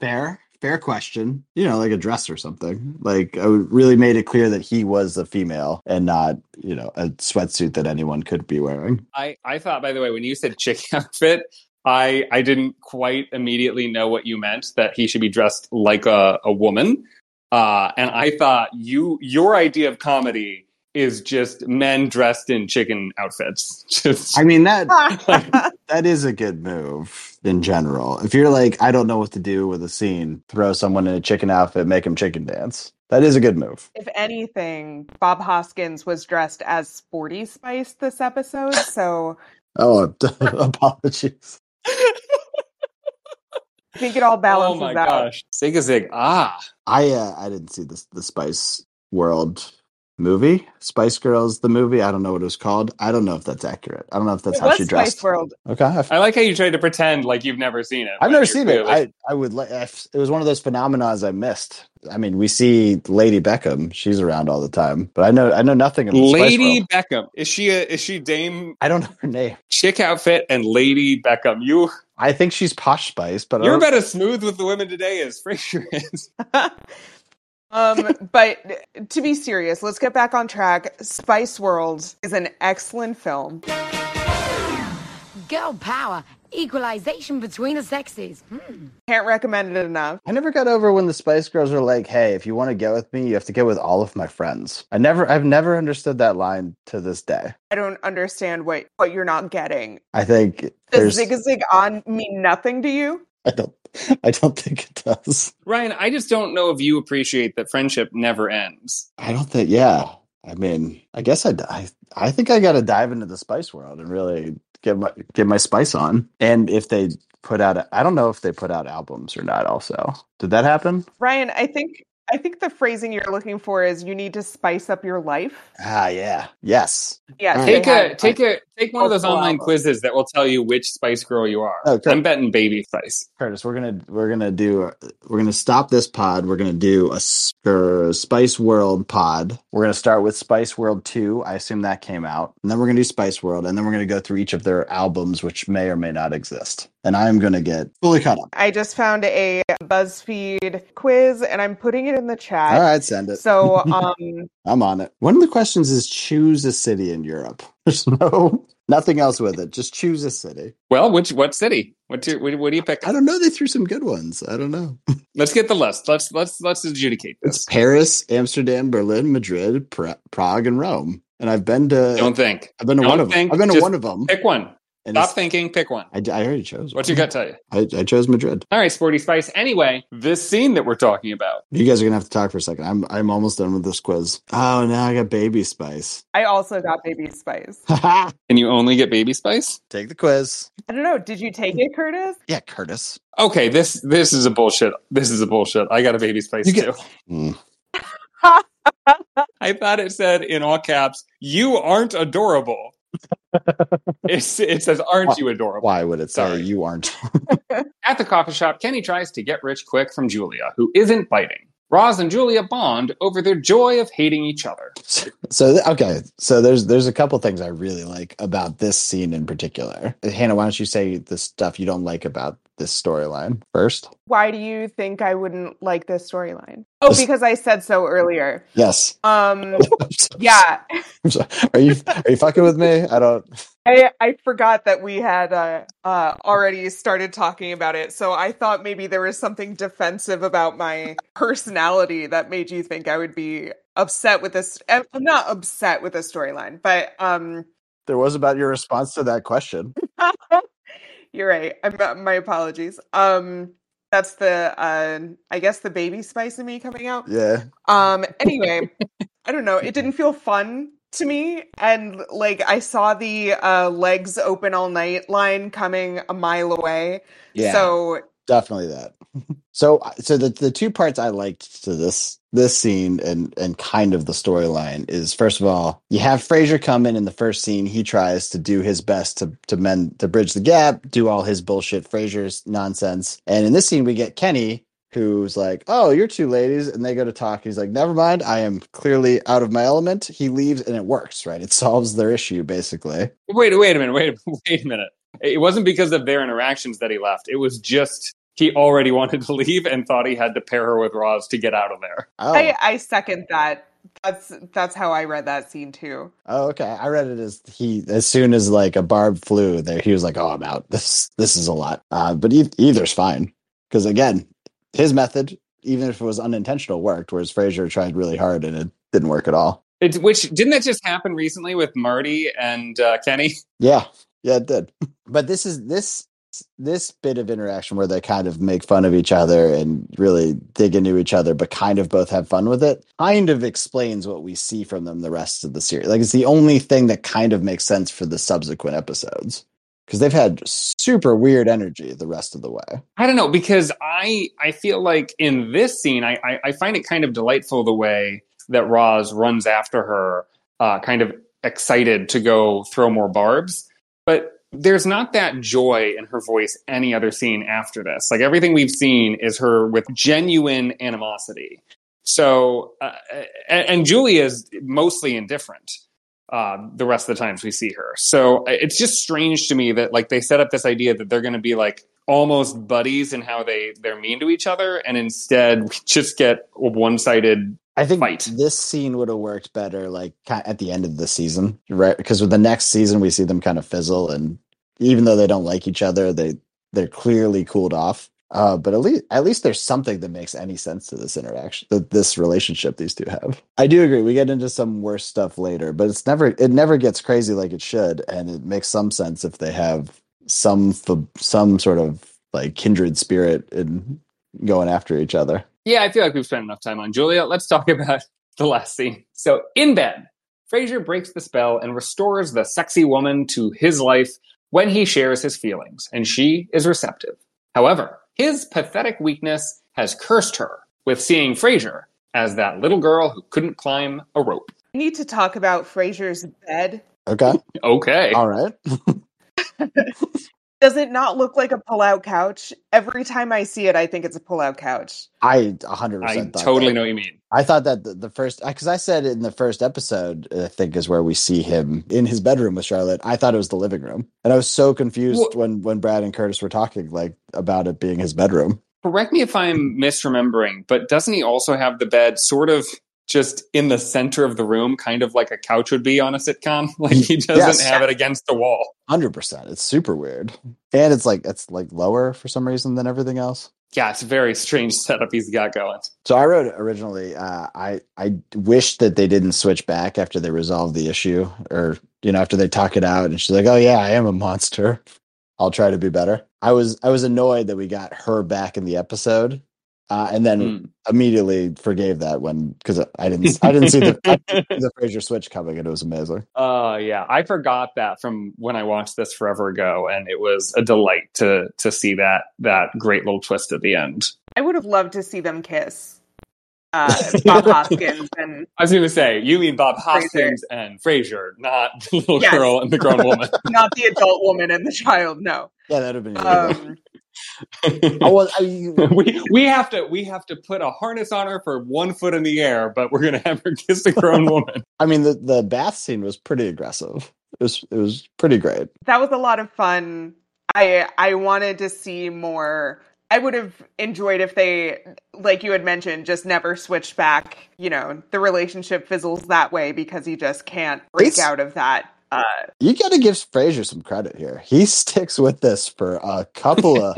A: fair, fair question. You know, like a dress or something. Like I would- really made it clear that he was a female and not, you know, a sweatsuit that anyone could be wearing.
B: I, I thought, by the way, when you said chick [laughs] outfit, I, I didn't quite immediately know what you meant that he should be dressed like a, a woman. Uh, and I thought you your idea of comedy is just men dressed in chicken outfits. [laughs] Just
A: I mean that [laughs] that is a good move in general. If you're like, I don't know what to do with a scene, throw someone in a chicken outfit, make him chicken dance. That is a good move.
C: if anything, Bob Hoskins was dressed as Sporty Spice this episode, so
A: Oh, [laughs] apologies.
C: I think it all
B: oh
C: balances
B: my
C: out.
B: gosh, zig a zig ah.
A: I uh, I didn't see this the Spice World movie, Spice Girls the movie. I don't know what it was called. I don't know if that's accurate. I don't know if that's
C: It
A: how
C: was
A: she
C: Spice
A: dressed.
C: World.
A: Okay, I f-
B: I like how you tried to pretend like you've never seen it.
A: I've
B: when
A: never
B: you're
A: seen it.
B: clearly-
A: I I would like if- it was one of those phenomenons I missed. I mean, we see Lady Beckham; she's around all the time, but I know I know nothing of the Spice
B: Lady
A: World.
B: Beckham is she a, is she Dame
A: I don't [laughs] know her name.
B: Chick outfit and Lady Beckham? You
A: I think she's Posh Spice, but I
B: you're
A: don't-
B: about as smooth with the women today as Frasier [laughs] is.
A: [laughs]
C: Um, but to be serious, let's get back on track. Spice World is an excellent film.
J: Girl power, equalization between the sexes. Hmm?
C: Can't recommend it enough.
A: I never got over when the Spice Girls were like, "Hey, if you want to get with me, you have to get with all of my friends." I never, I've never understood that line to this day.
C: I don't understand what what you're not getting.
A: I think
C: Does
A: there's,
C: zig zig on mean nothing to you?
A: I don't, I don't think it does.
B: Ryan, I just don't know if you appreciate that friendship never ends.
A: I don't think. Yeah, I mean, I guess I, d- I, I think I got to dive into the spice world and really get my get my spice on. And if they put out, a, I don't know if they put out albums or not. Also, did that happen?
C: Ryan, I think I think the phrasing you're looking for is you need to spice up your life.
A: Ah, yeah, yes.
C: Yes.
A: All
C: they
B: Take a
C: had-
B: take a take
A: Oh,
B: one of those
C: Multiple
B: online
C: albums.
B: quizzes that will tell you which Spice Girl you are.
A: Okay.
B: I'm betting Baby Spice.
A: Curtis, we're gonna we're gonna do we're gonna stop this pod. We're gonna do a s- er, Spice World pod. We're gonna start with Spice World Two. I assume that came out, and then we're gonna do Spice World, and then we're gonna go through each of their albums, which may or may not exist. And I am gonna get fully caught up.
C: I just found a BuzzFeed quiz and I'm putting it in the chat.
A: All right, send it.
C: So um
A: I'm on it. One of the questions is choose a city in Europe. [laughs] There's no nothing else with it. Just choose a city.
B: Well, which what city? What do what, do you pick?
A: I don't know. They threw some good ones. I don't know.
B: Let's get the list. Let's let's let's adjudicate
A: It's
B: this.
A: Paris, Amsterdam, Berlin, Madrid, pra- Prague, and Rome. And I've been to.
B: Don't think.
A: I've been to
B: don't
A: one of them.
B: think,
A: I've been to
B: just
A: one of them.
B: Pick one.
A: And
B: Stop
A: it's-
B: thinking, pick one.
A: I, I already chose.
B: What's your gut tell you?
A: I, I chose Madrid.
B: All right, Sporty Spice. Anyway, this scene that we're talking about.
A: You guys are gonna have to talk for a second. I'm I'm almost done with this quiz. Oh, now I got baby spice. [laughs]
C: I also got Baby Spice.
B: And you only get baby spice?
A: Take the quiz.
C: I don't know. Did you take it, Curtis?
A: Yeah, Curtis.
B: Okay, this this is a bullshit. This is a bullshit. I got a baby spice
I: You get-
B: too. [laughs] I thought it said in all caps, "You aren't
I: [laughs]
B: adorable." it's, it says, "Aren't you adorable?"
A: Why would it say
B: Sorry.
A: you aren't? [laughs]
B: At the coffee shop, Kenny tries to get rich quick from Julia, who isn't biting. Roz and Julia bond over their joy of hating each other.
A: So th- okay, so there's there's a couple things I really like about this scene in particular. Hannah, why don't you say the stuff you don't like about this storyline first?
C: Why do you think I wouldn't like this storyline? Oh,
A: This-
C: because I said so earlier.
A: Yes.
C: Um,
A: I'm so-
C: yeah,
A: I'm [laughs] so- Are you are you fucking with me? I don't.
C: I, I forgot that we had uh, uh, already started talking about it, so I thought maybe there was something defensive about my personality that made you think I would be upset with this. I'm not upset with the storyline, but um,
A: There was about your response to that question.
C: you're right. I'm, uh, my apologies. Um, that's the uh, I guess the baby spice in me coming out.
A: Yeah.
C: Um anyway, I don't know. It didn't feel fun to me and like I saw the uh legs open all night line coming a mile away. So
A: definitely that. So uh, so the the two parts I liked to this this scene and and kind of the storyline is first of all, you have Fraser come in in the first scene, he tries to do his best to to mend to bridge the gap, do all his bullshit Fraser's nonsense. And in this scene we get Kenny who's like, "Oh, you're two ladies," and they go to talk. He's like, "Never mind, I am clearly out of my element." He leaves, and it works. Right, it [laughs] solves their issue basically.
B: Wait, wait a minute. Wait, [laughs] a- wait a minute. It wasn't because of their interactions that he left. It was just he already wanted to leave and thought he had to pair her with Roz to get out of there.
A: Oh,
C: I I second that. That's that's how I read that scene too.
A: Oh, okay. I read it as he as soon as like a barb flew there, he was like, "Oh, I'm out. This this is a lot." Uh, but e- either's fine because again, his method, even if it was unintentional, worked. Whereas Frazier tried really hard and it didn't work at all.
B: It's which didn't that just happen recently with Marty and uh, Kenny?
A: Yeah, yeah, it did. But this is this this bit of interaction where they kind of make fun of each other and really dig into each other, but kind of both have fun with it. Kind of explains what we see from them the rest of the series. Like it's the only thing that kind of makes sense for the subsequent episodes because they've had super weird energy the rest of the way.
B: I don't know because I I feel like in this scene I I, I find it kind of delightful the way that Roz runs after her, uh, kind of excited to go throw more barbs, but. There's not that joy in her voice any other scene after this. Like everything we've seen is her with genuine animosity. So, uh, and, and Julie is mostly indifferent uh, the rest of the times we see her. So I- it's just strange to me that like they set up this idea that they're going to be like almost buddies in how they they're mean to each other, and instead we just get a one sided.
A: I think
B: fight.
A: this scene would have worked better, like ki- at the end of the season, right? Because with the next season, we see them kind of fizzle, and even though they don't like each other, they they're clearly cooled off. Uh, but at least at least there's something that makes any sense to this interaction, that this relationship these two have. I do agree. We get into some worse stuff later, but it's never it never gets crazy like it should, and it makes some sense if they have some f- some sort of like kindred spirit in going after each other.
B: Yeah, I feel like we've spent enough time on Julia. Let's talk about [laughs] the last scene. So in bed, Fraser breaks the spell and restores the sexy woman to his life when he shares his feelings, and she is receptive. However, his pathetic weakness has cursed her with seeing Fraser as that little girl who couldn't climb a rope.
C: I need to talk about Fraser's bed.
A: Okay,
B: Okay.
A: all right.
C: Does it not look like a pull-out couch? Every time I see it, I think it's a pull-out couch.
A: I 100
B: I
A: percent
B: totally
A: that.
B: know what you mean.
A: I thought that the, the first because I said in the first episode, I think is where we see him in his bedroom with Charlotte. I thought it was the living room, and I was so confused
B: Well-
A: when when Brad and Curtis were talking like about it being his bedroom.
B: Correct me if I'm misremembering, but doesn't he also have the bed sort of just in the center of the room, kind of like a couch would be on a sitcom? [laughs] Like he doesn't
A: Yes.
B: have it against the wall.
A: Hundred percent, it's super weird, and it's like it's like lower for some reason than everything else.
B: Yeah, it's a very strange setup he's got going.
A: So I wrote originally. Uh, I I wished that they didn't switch back after they resolved the issue, or you know, after they talk it out, and she's like, "Oh yeah, I am a monster. I'll try to be better." I was I was annoyed that we got her back in the episode, uh, and then
B: Hmm.
A: immediately forgave that when because I didn't I didn't see the I didn't see the Fraser switch coming, and it was amazing.
B: Uh yeah, I forgot that from when I watched this forever ago, and it was a delight to to see that that great little twist at the end.
C: I would have loved to see them kiss. Uh, Bob Hoskins and
B: I was going to say, you mean Bob Hoskins
C: Fraser.
B: and Frasier, not [laughs] the little
C: Yes.
B: girl and the grown woman.
C: not the adult woman and the child. No.
A: Yeah, that'd have been.
C: Um,
A: I was I, you-
B: [laughs] we we have to we have to put a harness on her for one foot in the air, but we're going to have her [laughs] kiss a grown woman.
A: I mean, the the bath scene was pretty aggressive. It was it was pretty great.
C: that was a lot of fun. I I wanted to see more. I would have enjoyed if they, like you had mentioned, just never switched back. You know, the relationship fizzles that way because he just can't break
A: It's-
C: out of that. Uh,
A: You got to give Fraser some credit here. He sticks with this for a couple of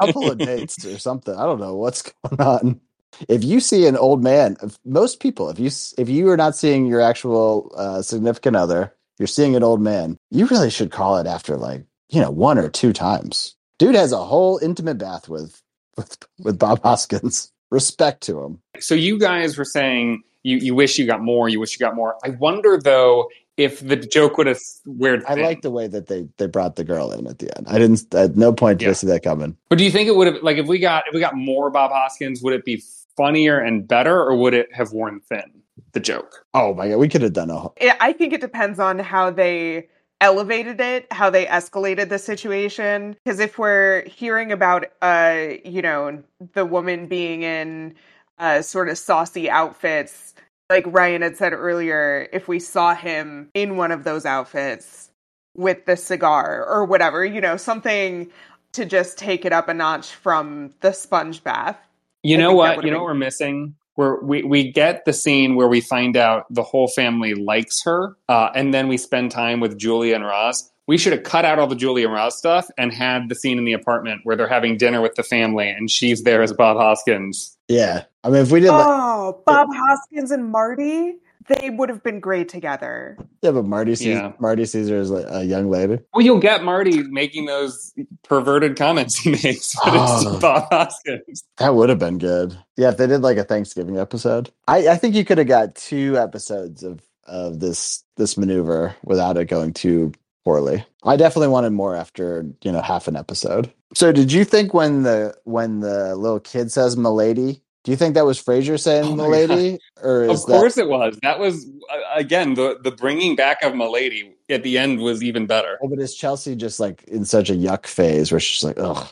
A: couple of dates or something. I don't know what's [laughs] going on. If you see an old man, if- most people, if you s- if you are not seeing your actual uh, significant other, you're seeing an old man. You really should call it after like you know one or two times. Dude has a whole intimate bath with with, with Bob Hoskins. Respect to him.
B: So you guys were saying you you wish you got more, you wish you got more. I wonder though if the joke would have where
A: I like the way that they they brought the girl in at the end. I didn't at no point did I
B: Yeah.
A: see that coming.
B: But do you think it would have like if we got if we got more Bob Hoskins, would it be funnier and better, or would it have worn thin? The joke.
A: Oh my god, we could have done a whole-
C: it, I think it depends on how they elevated it, how they escalated the situation. Because if we're hearing about, uh, you know, the woman being in uh, sort of saucy outfits, like Ryan had said earlier, if we saw him in one of those outfits with the cigar or whatever, you know, something to just take it up a notch from the sponge bath.
B: You
C: I
B: know
C: think that
B: what?
C: would've
B: You know
C: been-
B: what we're missing. We're, we we get the scene where we find out the whole family likes her, uh, and then we spend time with Julia and Roz. We should have cut out all the Julia and Roz stuff and had the scene in the apartment where they're having dinner with the family, and she's there as Bob Hoskins.
A: Yeah, I mean, if we did, like,
C: Oh, Bob Hoskins and Marty, they would have been great together.
A: yeah, but Marty Caesar,
B: Yeah.
A: Marty Caesar is like a young lady.
B: Well, you'll get Marty making those perverted comments he [laughs] makes, but
A: Oh.
B: it's Bob Hoskins.
A: That would have been good. Yeah, if they did like a Thanksgiving episode, I, I think you could have got two episodes of of this this maneuver without it going too poorly. I definitely wanted more after you know half an episode. So, did you think when the when the little kid says "milady," do you think that was Frasier saying
B: Oh my
A: "milady," or is
B: of
A: that
B: course it was. That was uh, again the the bringing back of Milady at the end was even better.
A: Well, Oh, but is Chelsea just like in such a yuck phase where she's like, ugh,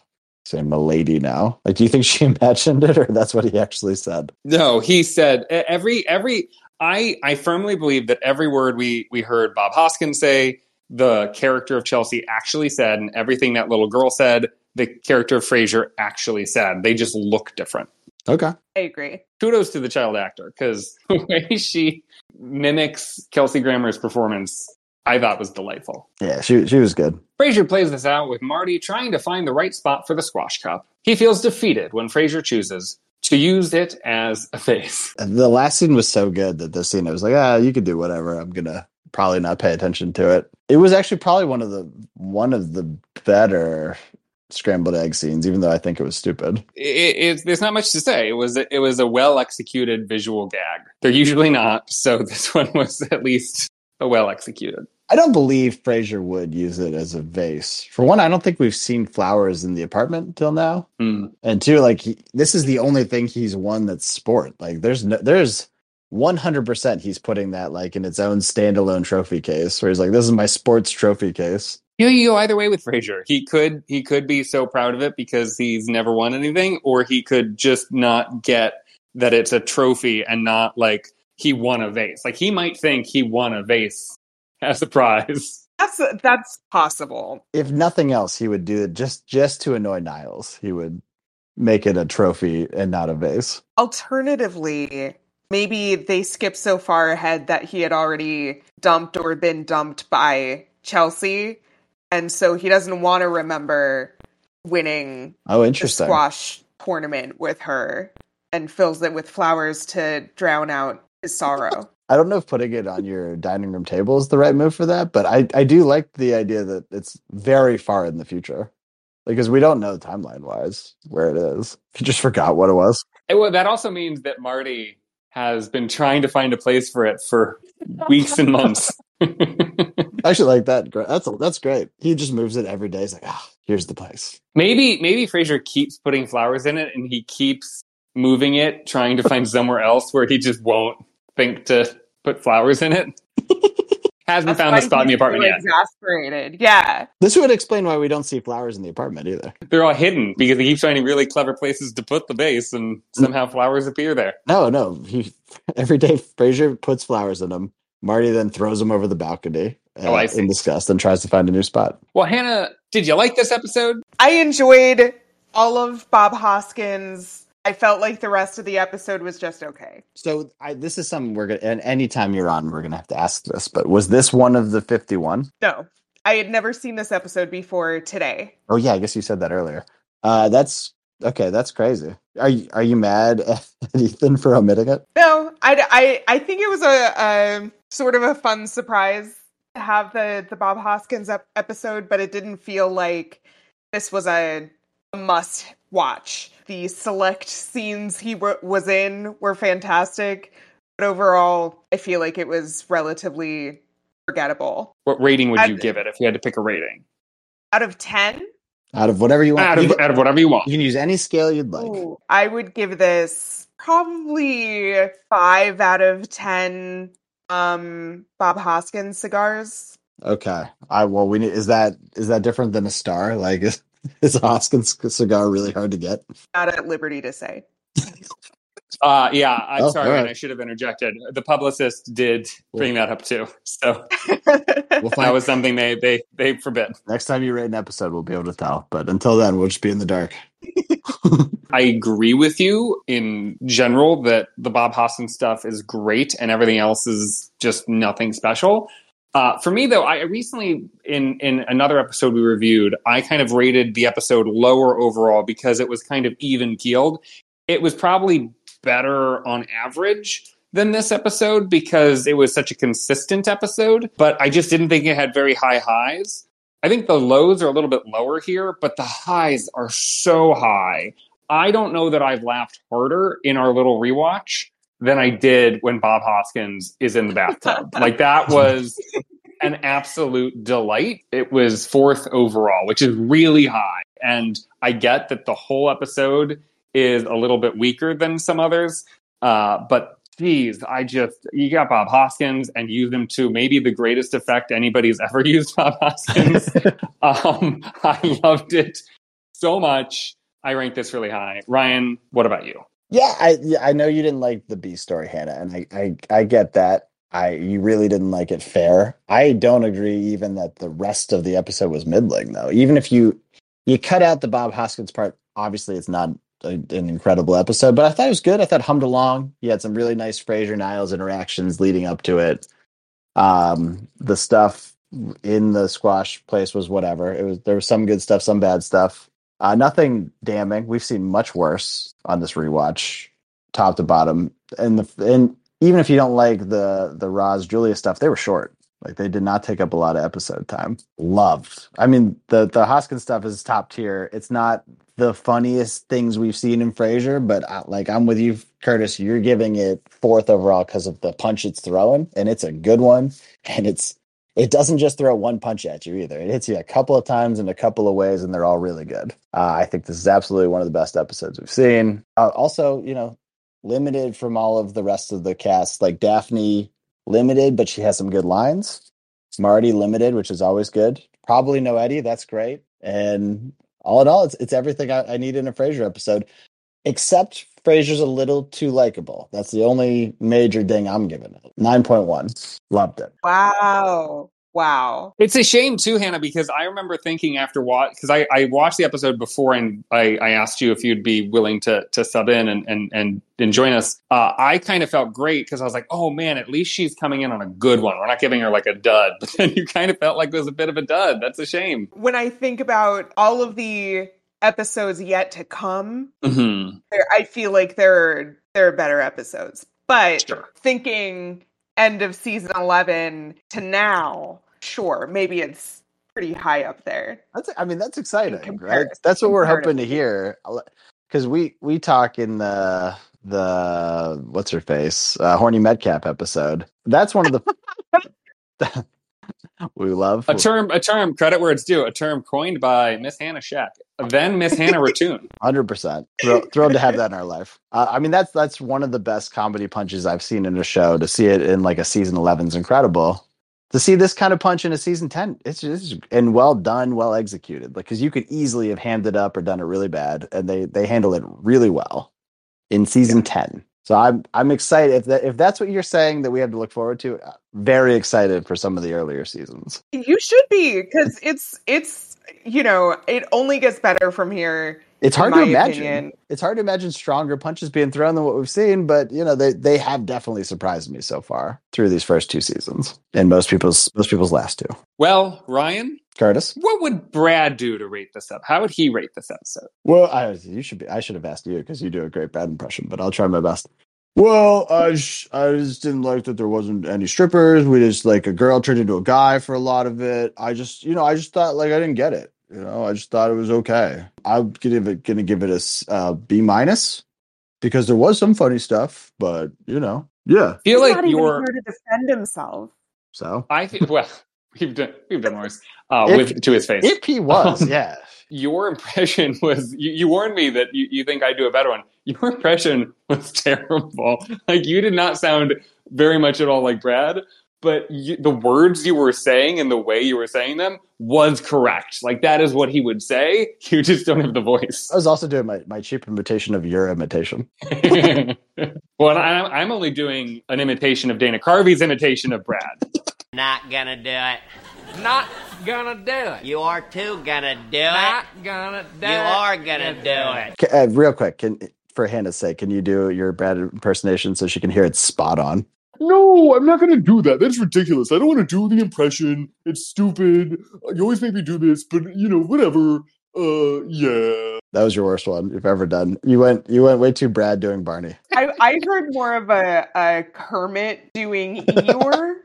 A: saying milady now? Like, do you think she [laughs] imagined it or that's what he actually said?
B: No, he said e- every every I I firmly believe that every word we we heard Bob Hoskins say, the character of Chelsea actually said, and everything that little girl said, the character of Frasier actually said. They just look different.
A: Okay.
C: I agree.
B: Kudos to the child actor because [laughs] the way she mimics Kelsey Grammer's performance, I thought was delightful.
A: Yeah, she she was good.
B: Frazier plays this out with Marty trying to find the right spot for the squash cup. He feels defeated when Frazier chooses to use it as a face.
A: The last scene was so good that this scene I was like, ah, you could do whatever. I'm gonna probably not pay attention to it. It was actually probably one of the one of the better scrambled egg scenes, even though I think it was stupid.
B: It, it, there's not much to say. It was it was a well executed visual gag. They're usually not, so [laughs] this one was at least a well executed.
A: I don't believe Fraser would use it as a vase. For one, I don't think we've seen flowers in the apartment till now.
B: Hmm.
A: and two like he, this is the only thing he's won that's sport like there's no there's 100% he's putting that like in its own standalone trophy case where he's like this is my sports trophy case
B: You, you go either way with Frazier. He could he could be so proud of it because he's never won anything, or he could just not get that it's a trophy and not like he won a vase. Like he might think he won a vase [laughs] as a prize. [laughs]
C: That's that's possible.
A: if nothing else he would do it just just to annoy niles he would make it a trophy and not a vase
C: Alternatively, maybe they skip so far ahead that he had already dumped or been dumped by Chelsea, and so he doesn't want to remember winning
A: oh
C: the
A: interesting
C: squash
B: [laughs]
C: tournament with her, and fills it with flowers to drown out his sorrow.
A: I don't know if putting it on your dining room table is the right move for that, but I, I do like the idea that it's very far in the future. Because we don't know timeline wise where it is. He just forgot what it was.
B: And, well, that also means that Marty has been trying to find a place for it for weeks and months.
A: I actually like that. Gre- That's that's great. He just moves it every day. He's like, ah, here's the place.
B: Maybe maybe Fraser keeps putting flowers in it and he keeps moving it, trying to find somewhere else where he just won't think to put flowers
A: [laughs]
B: in it. Hasn't
C: That's
B: found
C: why
B: a spot in the
C: he's
B: apartment
C: so
B: yet.
C: Exasperated. Yeah.
A: This would explain why we don't see flowers in the apartment either.
B: They're all hidden because he keeps finding really clever places to put the base and somehow flowers appear there.
A: No, no. He [laughs] every day Fraser puts flowers in them. Marty then throws them over the balcony uh,
B: Oh, I see.
A: in disgust and tries to find a new spot.
B: Well, Hannah, did you like this episode?
C: I enjoyed all of Bob Hoskins. I felt like the rest of the episode was just okay.
A: So I, this is something we're gonna. And anytime you're on, we're gonna have to ask this. But was this one of the fifty-one?
C: No, I had never seen this episode before today.
A: Oh yeah, I guess you said that earlier. Uh, that's okay. That's crazy. Are you are you mad at [laughs] Ethan for omitting it?
C: No, I, I, I think it was a, a sort of a fun surprise to have the, the Bob Hoskins ep- episode, but it didn't feel like this was a, a must watch. The select scenes he w- was in were fantastic, but overall, I feel like it was relatively forgettable.
B: What rating would
C: I-
B: you give it if you had to pick a rating?
C: Out of 10,
A: Out of whatever you want.
B: Out
A: you,
B: of,
A: can,
B: out of whatever you want.
A: you can use any scale you'd like.
C: Ooh, I would give this probably five out of ten um Bob Hoskins cigars.
A: Okay. I well, we need, is that is that different than a star? Like [laughs] is, is a Hoskins cigar really hard to get?
C: Not at liberty to say. [laughs]
B: Uh, yeah, I'm
A: Oh,
B: sorry,
A: all right.
B: and I should have interjected. The publicist did bring that up too, so
A: We'll
B: that
A: find
B: was something they they they forbid.
A: next time you rate an episode, we'll be able to tell. But until then, we'll just be in the dark.
B: I agree with you in general that the Bob Hoskins stuff is great and everything else is just nothing special. Uh, for me, though, I recently in in another episode we reviewed, I kind of rated the episode lower overall because it was kind of even keeled. It was probably better on average than this episode because it was such a consistent episode, but I just didn't think it had very high highs. I think the lows are a little bit lower here, but the highs are so high. I don't know that I've laughed harder in our little rewatch than I did when Bob Hoskins is in the bathtub. like that was an absolute delight. It was fourth overall, which is really high. And I get that the whole episode is a little bit weaker than some others. Uh, but geez, I just you got Bob Hoskins and used him to maybe the greatest effect anybody's [laughs] ever used Bob Hoskins. um, I loved it so much. I rank this really high. Ryan, what about you?
A: Yeah, I yeah, I know you didn't like the B story, Hannah, and I, I I get that. I you really didn't like it fair. I don't agree even that the rest of the episode was middling though. Even if you you cut out the Bob Hoskins part, obviously it's not a, an incredible episode, but I thought it was good. I thought hummed along. You had some really nice Fraser Niles interactions leading up to it. Um, the stuff in the squash place was whatever. It was there was some good stuff, some bad stuff. Uh, nothing damning. We've seen much worse on this rewatch, top to bottom. And the and even if you don't like the the Roz Julia stuff, they were short. Like they did not take up a lot of episode time. Loved. I mean, the the Hoskins stuff is top tier. It's not the funniest things we've seen in Frasier, but I, like I'm with you, Curtis. You're giving it fourth overall because of the punch it's throwing, and it's a good one. And it's it doesn't just throw one punch at you either. It hits you a couple of times in a couple of ways, and they're all really good. Uh, I think this is absolutely one of the best episodes we've seen. Uh, also, you know, limited from all of the rest of the cast, like Daphne, limited, but she has some good lines. Marty, limited, which is always good. Probably no Eddie, that's great. And all in all, it's it's everything I, I need in a Frasier episode, except Frasier's a little too likable. That's the only major ding I'm giving it. Nine point one, loved it.
C: Wow. Wow.
B: It's a shame too, Hannah, because I remember thinking after watch because I, I watched the episode before and I, I asked you if you'd be willing to to sub in and and and, and join us. Uh, I kind of felt great because I was like, oh man, at least she's coming in on a good one. We're not giving her like a dud. [laughs] But then you kind of felt like it was a bit of a dud. That's a shame.
C: When I think about all of the episodes yet to come,
B: Mm-hmm.
C: there I feel like there are there are better episodes. But
B: Sure.
C: thinking end of season 11 to now, sure, maybe it's pretty high up there.
A: That's I mean that's exciting, right?
C: comparison-
A: That's what we're hoping to
C: comparatively.
A: hear. Because we we talk in the the what's her face uh, horny medcap episode. That's one of the [laughs] we love
B: A term, a term, credit where it's due, a term coined by Miss Hannah Shack, then Miss Hannah Rattoon.
A: hundred percent thrilled, thrilled to have that in our life. Uh, I mean that's that's one of the best comedy punches I've seen in a show. To see it in like a season eleven is incredible. To see this kind of punch in a season ten, it's just and well done, well executed. Like because you could easily have handed up or done it really bad, and they they handle it really well. in season 10. So I'm I'm excited if that if that's what you're saying that we have to look forward to. uh, Very excited for some of the earlier seasons.
C: You should be because it's it's you know it only gets better from here.
A: It's
C: in
A: hard to
C: my
A: imagine.
C: opinion.
A: It's hard to imagine stronger punches being thrown than what we've seen, but you know they they have definitely surprised me so far through these first two seasons and most people's most people's last two.
B: Well, Ryan,
A: Curtis,
B: what would Brad do to rate this up? How would he rate this episode?
A: well, I you should be I should have asked you because you do a great bad impression, but I'll try my best. Well, I sh- I just didn't like that there wasn't any strippers. We just like a girl turned into a guy for a lot of it. I just you know I just thought like I didn't get it. You know I just thought it was okay. I'm gonna give it gonna give it a s- uh, B minus because there was some funny stuff, but you know yeah.
B: I feel
C: He's
B: like
C: not even
B: you're.
C: here to defend himself.
A: So
B: I feel [laughs] well. We've done we've done worse uh,
A: If-
B: with to his face.
A: if he [laughs] was yeah
B: your impression was you, you warned me that you, you think I do a better one. Your impression was [laughs] terrible. Like you did not sound very much at all like Brad, but you, the words you were saying and the way you were saying them was correct. Like that is what he would say. You just don't have the voice.
A: I was also doing my my cheap imitation of your imitation.
B: [laughs] well, I'm, I'm only doing an imitation of Dana Carvey's imitation of Brad.
K: Not gonna do it.
L: Not gonna do it.
K: You are too gonna do
L: Not
K: it.
L: gonna do
K: You
L: it.
K: are gonna do it.
A: Ca- Uh, real quick, can for Hannah's sake, can you do your bad impersonation so she can hear it spot on?
M: No, I'm not going to do that. That's ridiculous. I don't want to do the impression. It's stupid. Uh, You always make me do this, but you know, whatever. Uh, yeah.
A: That was your worst one you've ever done. You went you went way too Brad doing Barney.
C: I, I heard more of a, a Kermit doing Eeyore.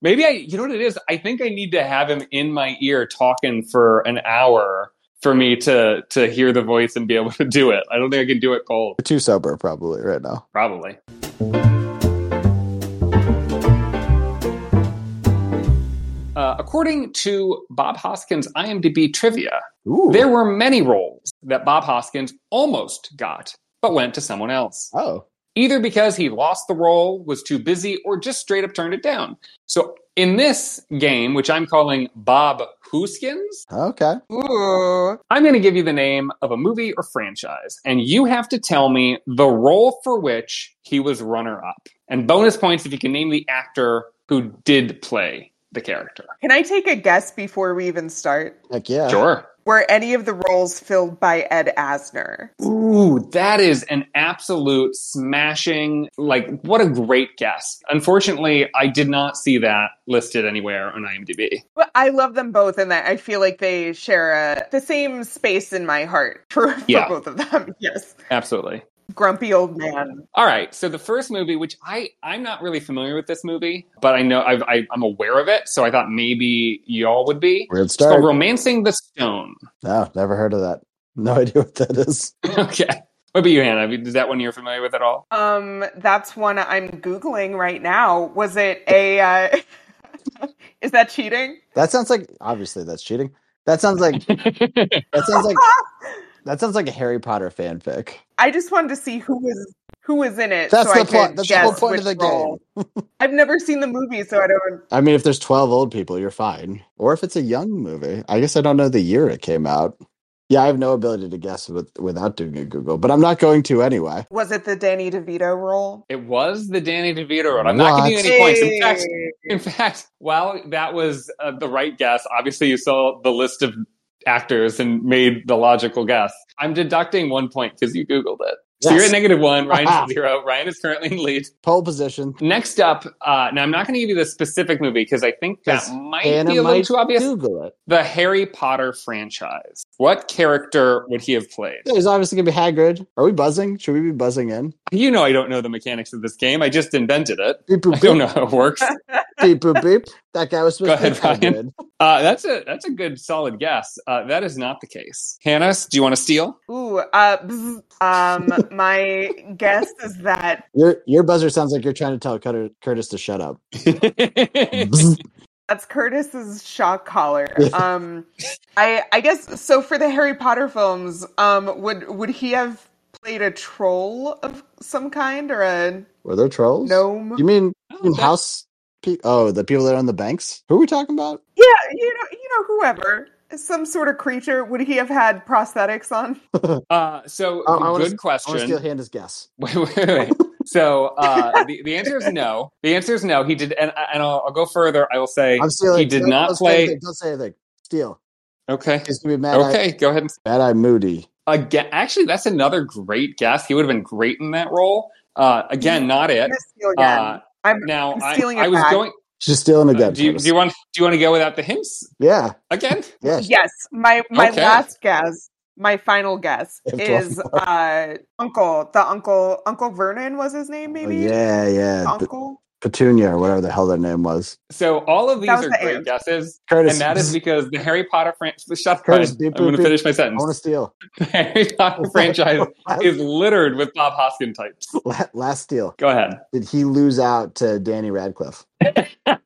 B: Maybe I, you know what it is? I think I need to have him in my ear talking for an hour for me to to hear the voice and be able [laughs] to do it. I don't think I can do it cold.
A: You're too sober probably right now.
B: Probably. Uh, according to Bob Hoskins' IMDb trivia,
A: Ooh.
B: there were many roles that Bob Hoskins almost got, but went to someone else
A: Oh.
B: either because he lost the role, was too busy, or just straight up turned it down. So in this game, which I'm calling Bob Hooskins,
A: Okay.
C: Ooh.
B: I'm going to give you the name of a movie or franchise, and you have to tell me the role for which he was runner up. And bonus points if you can name the actor who did play the character.
C: Can I take a guess before we even start?
A: Heck yeah.
B: Sure.
C: Were any of the roles filled by Ed Asner?
B: Ooh, that is an absolute smashing, like, what a great guess. Unfortunately, I did not see that listed anywhere on IMDb.
C: But I love them both, and that I feel like they share a, the same space in my heart for, for
B: Yeah.
C: both of them. [laughs] Yes,
B: Absolutely.
C: grumpy old man.
B: All right. So the first movie, which I I'm not really familiar with this movie, but I know I've, I, I'm aware of it. So I thought maybe y'all would be.
A: Weird
B: It's called
A: start.
B: Romancing the Stone. [laughs]
A: No, never heard of that. No [laughs] idea what that is.
B: okay. What about you, Hannah? Have you- Is that one you're familiar with at all?
C: Um, that's one I'm googling right now. Was it a? Uh, [laughs] is that cheating?
A: That sounds like obviously that's cheating. That sounds like that sounds
B: [laughs]
A: like that sounds like a Harry Potter fanfic.
C: I just wanted to see who was who was in it.
A: That's
C: so
A: the
C: I
A: plot-
C: Could
A: that's the whole
C: guess
A: point of
C: which
A: the game.
C: role. I've never seen the movie, so I don't.
A: I mean, if there's 12 old people, you're fine. Or if it's a young movie, I guess I don't know the year it came out. Yeah, I have no ability to guess with, without doing a Google, but I'm not going to anyway.
C: Was it the Danny DeVito role?
B: It was the Danny DeVito role. I'm not giving you any
C: What?
B: points. In fact,
C: Hey.
B: in fact, while that was uh, the right guess, obviously you saw the list of actors and made the logical guess. I'm deducting one point because you googled it. So you're
A: Yes.
B: at negative
A: [laughs]
B: one. Ryan's at zero. Ryan is currently in lead.
A: Pole position.
B: Next up, uh, now I'm not going to give you the specific movie because I think that
A: 'Cause
B: might
A: Hannah
B: be a little
A: might
B: too obvious.
A: Google it.
B: The Harry Potter franchise. What character would he have played?
A: There's obviously going to be Hagrid. Are we buzzing? Should we be buzzing in?
B: You know, I don't know the mechanics of this game. I just invented it.
A: Beep, boop,
B: I don't know how
A: [laughs]
B: it works.
A: beep, boop, beep. That guy was
B: [laughs] Go
A: supposed
B: ahead,
A: to be Hagrid.
B: Ryan. Uh, that's a that's a good solid guess. Uh, that is not the case. Hannah, do you want
A: [laughs]
B: to steal?
C: Ooh, uh, [laughs] bzz. um, my guess is that
A: Your, your buzzer sounds like you're trying to tell Cutter, Curtis to shut up.
B: Uh,
C: That's Curtis's shock collar. Um, I I guess so. For the Harry Potter films, um, would would he have played a troll of some kind or a
A: Were there trolls?
C: gnome?
A: You mean, you mean house? Pe- oh, the people that own the banks? Who are we talking about?
C: yeah, you know, you know, whoever, some sort of creature. Would he have had prosthetics on?
B: Uh, so
A: I- I wanna-
B: good
A: I want to
B: question. [laughs]
A: steal Hannah's guess.
B: Wait, wait, wait. So uh, the the answer is no. The answer is no. He did, and and I'll, I'll go further. I will say
A: I'm stealing.
B: he did
A: Don't-
B: not
A: don't say anything,
B: play.
A: Don't say anything. Steal.
B: Okay.
A: He's going to be mad. Eye-
B: Okay, go ahead and
A: Mad Eye Moody.
B: Again, actually, that's another great guess. He would have been great in that role. Uh, again, not it.
C: I'm gonna steal again.
B: Uh,
C: I'm,
B: now
C: I'm
B: I-
C: stealing
B: I,
C: it
B: was
C: back.
B: going.
A: She's stealing again.
B: Uh, Do you,
A: Curtis.
B: do you want? Do you want to go without the hints
A: yeah.
B: again?
A: Yes.
C: Yes, my my
B: Okay.
C: last guess, my final guess
A: I have twelve
C: is
A: more.
C: uh, Uncle, the Uncle, Uncle Vernon was his name,
A: Oh,
C: maybe.
A: yeah, yeah. The-
C: Uncle.
A: Petunia or whatever the hell their name was.
B: So all of these
C: was
B: are
C: the
B: great
C: and.
B: guesses,
A: Curtis.
B: and
A: [laughs]
B: that is because the Harry Potter franchise. Shut up,
A: Curtis,
B: Ryan.
A: beep,
B: I'm going
A: boop,
B: to
A: beep.
B: finish my
A: I
B: sentence.
A: want to steal.
B: The [laughs] Harry
A: [laughs]
B: Potter franchise
A: last,
B: is littered with Bob Hoskin types.
A: la- last steal.
B: Go ahead.
A: Did he lose out to Danny Radcliffe?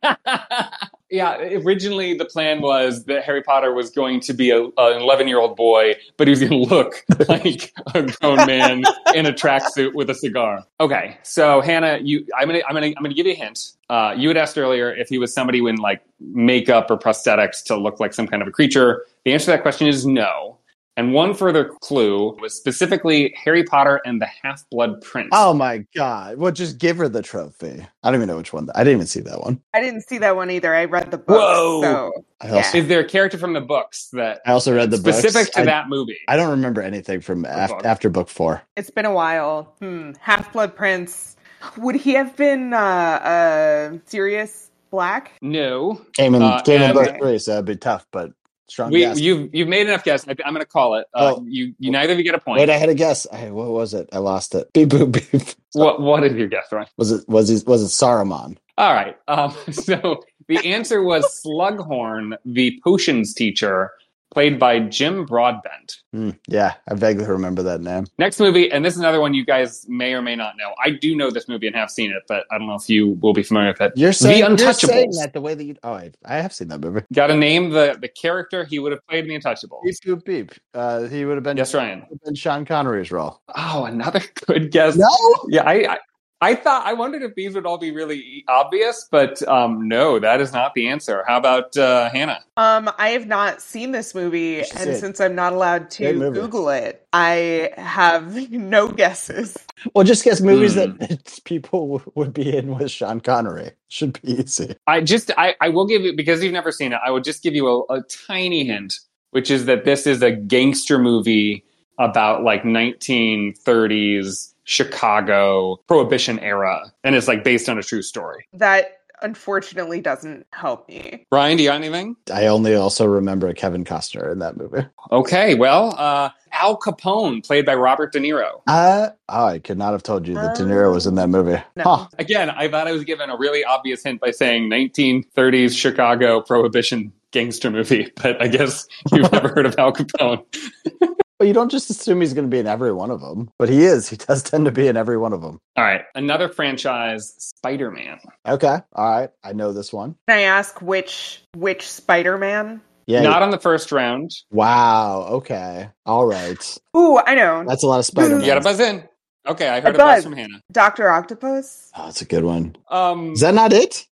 A: [laughs]
B: yeah, originally the plan was that Harry Potter was going to be a, an 11 year old boy, but he was going to
A: [laughs]
B: look like a grown man in a tracksuit with a cigar. Okay, so Hannah, you, I'm gonna, I'm gonna, I'm gonna give you a hint. Uh, you had asked earlier if he was somebody in like makeup or prosthetics to look like some kind of a creature. The answer to that question is no. And one further clue was specifically Harry Potter and the Half Blood Prince.
A: Oh my God. Well, just give her the trophy. I don't even know which one. I didn't even see that one.
C: I didn't see that one either. I read the book.
B: Whoa.
C: So
A: I
C: Yeah.
A: also,
B: Is there a character from the books that
A: I also read the
B: specific
A: books.
B: to
A: I,
B: that movie?
A: I don't remember anything from af-
B: book.
A: after book four.
C: it's been a while. Hmm. Half Blood Prince. Would he have been uh, uh, Sirius Black?
B: No.
A: Came in,
B: Uh,
A: came in
B: and
A: book
C: Okay.
A: three, so it'd be tough, but strong
B: We,
A: guess.
B: you've you've made enough guesses. I, I'm going to call it. Uh,
A: Oh.
B: you, you neither of you get a point.
A: Wait, I had a guess. I, what was it? I lost it. Beep boop [laughs] beep.
B: what what is your guess, Ryan?
A: Was it was it was it Saruman?
B: All right. Um, [laughs] so the answer was Slughorn, the potions teacher, played by Jim Broadbent.
A: Hmm, yeah, I vaguely remember that name.
B: Next movie, and this is another one you guys may or may not know. I do know this movie and have seen it, but I don't know if you will be familiar with it.
A: You're saying
B: the
A: you're
B: Untouchables.
A: saying that the way that you. Oh, I, I have seen that movie.
B: Got to name the the character he would have played in The Untouchables.
A: Beep boop beep. Uh, he would have been
B: Yes, Ryan.
A: would have been Sean Connery's role.
B: Oh, another [laughs] good guess.
A: No,
B: Yeah, I, I I thought I wondered if these would all be really e, obvious, but um, no, that is not the answer. How about uh, Hannah?
C: Um, I have not seen this movie,
A: You should
C: and
A: see it.
C: since I'm not allowed
A: Great
C: to
A: movie.
C: Google it, I have [laughs] no guesses.
A: well, just guess movies that [laughs] people w- would be in with Sean Connery should be easy.
B: I just I, I will give you because you've never seen it. I will just give you a, a tiny hint, which is that this is a gangster movie about like 1930s Chicago Prohibition era, and it's like based on a true story.
C: That unfortunately doesn't help me.
B: Ryan, do you got anything?
A: I only also remember Kevin Costner in that movie.
B: Okay, well, uh, Al Capone, played by Robert De Niro.
A: Uh, oh, I could not have told you that De Niro was in that movie.
C: Uh, No.
A: Huh.
B: Again, I thought I was given a really obvious hint by saying 1930s Chicago Prohibition gangster movie, [laughs] but I guess you've never heard of Al Capone.
A: But you don't just assume he's going to be in every one of them. But he is. He does tend to be in every one of them.
B: All right, another franchise, Spider Man.
A: Okay. All right. I know this one.
C: Can I ask which which Spider-Man?
A: Yeah.
B: Not on the first round.
A: wow. Okay. All right.
C: Ooh, I know.
A: That's a lot of Spider
B: You got to
A: Man.
B: buzz in. Okay, I heard
C: I
B: a buzz
C: buzzed.
B: from Hannah.
C: Doctor Octopus.
A: Oh, that's a good one.
B: Um,
A: Is that not it?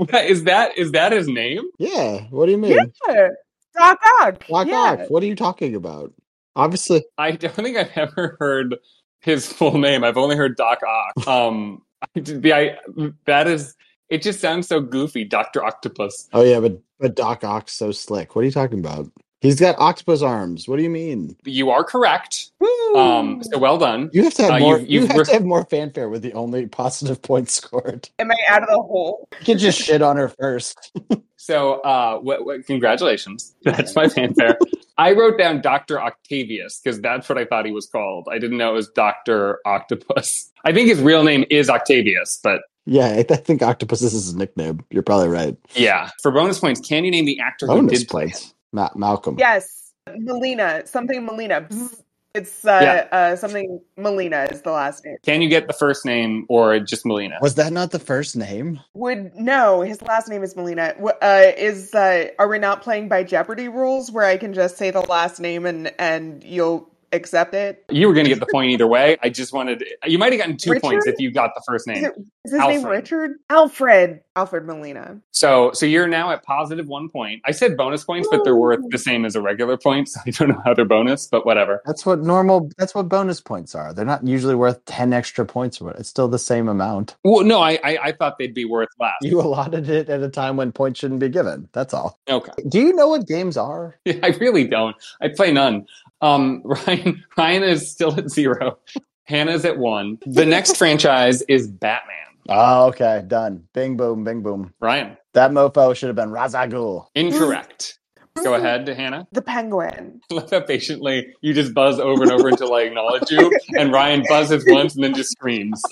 B: [laughs] is that is that his name?
A: Yeah. What do you mean?
C: Yeah, Doc Ock.
A: Black
C: yeah.
A: Ock, what are you talking about? Obviously,
B: I don't think I've ever heard his full name. I've only heard Doc Ock. Um, I, the, I, that is, it just sounds so goofy, Doctor Octopus.
A: oh yeah, but but Doc Ock's so slick. What are you talking about? He's got octopus arms. What do you mean?
B: You are correct.
C: Woo!
B: Um, so well done.
A: You have to have
B: Uh,
A: more.
B: you've-
A: you
B: you've
A: have
B: re-
A: to have more fanfare with the only positive points scored. [laughs]
C: Am I out of the hole?
A: You can
B: [laughs]
A: just shit on her first.
B: So, uh, wh- wh- congratulations. [laughs] That's my fanfare. I wrote down Dr. Octavius because that's what I thought he was called. I didn't know it was Dr. Octopus. I think his real name is Octavius, but
A: Yeah, I, I think Octopus is his nickname. You're probably right.
B: yeah. For bonus points, can you name the actor who
A: Bonus
B: did
A: points. Not Malcolm.
C: Yes, Melina, something Melina. Bzz. It's uh,
B: Yeah.
C: uh, something Melina is the last name.
B: Can you get the first name or just Melina?
A: Was that not the first name?
C: Would no, his last name is Melina. W- Uh, is uh, are we not playing by Jeopardy rules where I can just say the last name and and you'll accept it?
B: You were going to get the point either way. I just wanted, you might have gotten two
C: Richard?
B: points if you got the first
C: Is,
B: name.
C: it, is his name
B: Alfred.
C: Richard? Alfred. Alfred Melina.
B: So, so you're now at positive one point. I said bonus points, but they're worth the same as a regular point. So I don't know how they're bonus, but whatever.
A: That's what normal. That's what bonus points are. They're not usually worth ten extra points or what. It's still the same amount.
B: Well, no, I, I, I thought they'd be worth less.
A: You allotted it at a time when points shouldn't be given. That's all.
B: Okay. [laughs]
A: Do you know what games are?
B: I really don't. I play none. Um, [laughs] Ryan, Ryan is still at zero. Hannah's at one. The next franchise is Batman.
A: Oh, okay. Done. Bing, boom, bing, boom.
B: Ryan,
A: That mofo should have been Razagul.
B: incorrect. Go ahead, Hannah. [laughs]
C: The Penguin.
B: I Love that patiently. You just buzz over and over until I acknowledge you, and Ryan buzzes once and then just screams.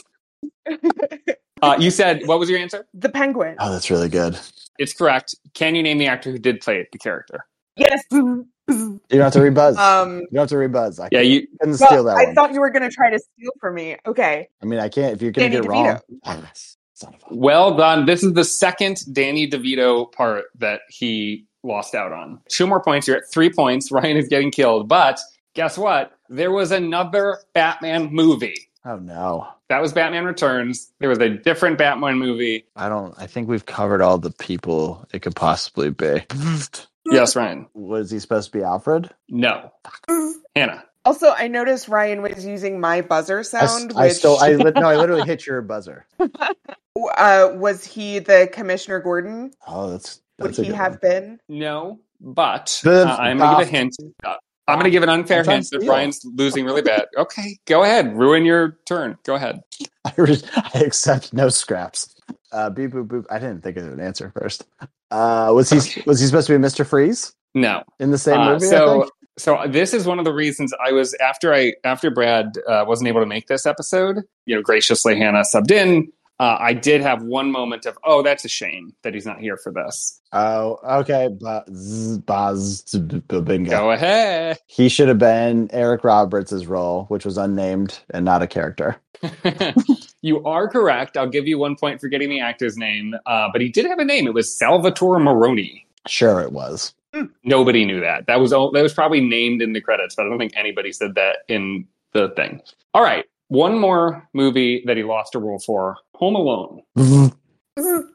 B: Uh, you said, what was your answer?
C: The Penguin.
A: Oh, that's really good.
B: It's correct. Can you name the actor who did play the character?
C: Yes.
A: You don't have to
C: [laughs]
A: rebuzz.
C: Um,
A: you don't have to rebuzz. I
B: Yeah, you.
A: couldn't
C: well,
A: steal that
C: I
A: one.
C: thought you were going to try to steal from me. Okay.
A: I mean, I can't. If you're going to
C: Danny
A: get it wrong,
C: DeVito.
A: Ah, son of a-
B: Well done. This is the second Danny DeVito part that he lost out on. Two more points. You're at three points. [laughs] Ryan is getting killed. But guess what? There was another Batman movie.
A: oh no,
B: That was Batman Returns. There was a different Batman movie.
A: I don't. I think we've covered all the people it could possibly be. [laughs]
B: Yes, Ryan.
A: Was he supposed to be Alfred?
B: No. Hannah.
C: Also, I noticed Ryan was using my buzzer
A: I s-
C: sound,
A: I,
C: which
A: still. I li- no. I literally hit your buzzer.
C: uh, was he the Commissioner Gordon?
A: Oh, that's
C: Would
A: that's a
C: he
A: good
C: have
A: one. [laughs]
C: been?
B: No. But uh,
A: The-
B: I'm going to give a hint. Uh, I'm going to give an unfair
A: I'm trying
B: hint
A: to
B: that
A: steal.
B: Ryan's losing really bad. Okay. Go ahead. Ruin your turn. Go ahead.
A: I, re- I accept no scraps. Uh, beep boop boop. I didn't think of an answer first. Uh, was he
B: [laughs]
A: was he supposed to be Mister Freeze
B: No.
A: in the same
B: Uh,
A: movie? I
B: so
A: think?
B: so this is one of the reasons I was after I after Brad uh, wasn't able to make this episode. You know, graciously Hannah subbed in. Uh, I did have one moment of oh, that's a shame that he's not here for this.
A: Oh, okay. Buzz, buzz, bingo.
B: Go ahead. [laughs]
A: He should have been Eric Roberts' role, which was unnamed and not a character.
B: you are correct. I'll give you one point for getting the actor's name, uh, but he did have a name. It was Salvatore Moroni.
A: Sure, it was.
B: Nobody knew that. That was o- that was probably named in the credits, but I don't think anybody said that in the thing. All right, one more movie that he lost a role for: Home Alone.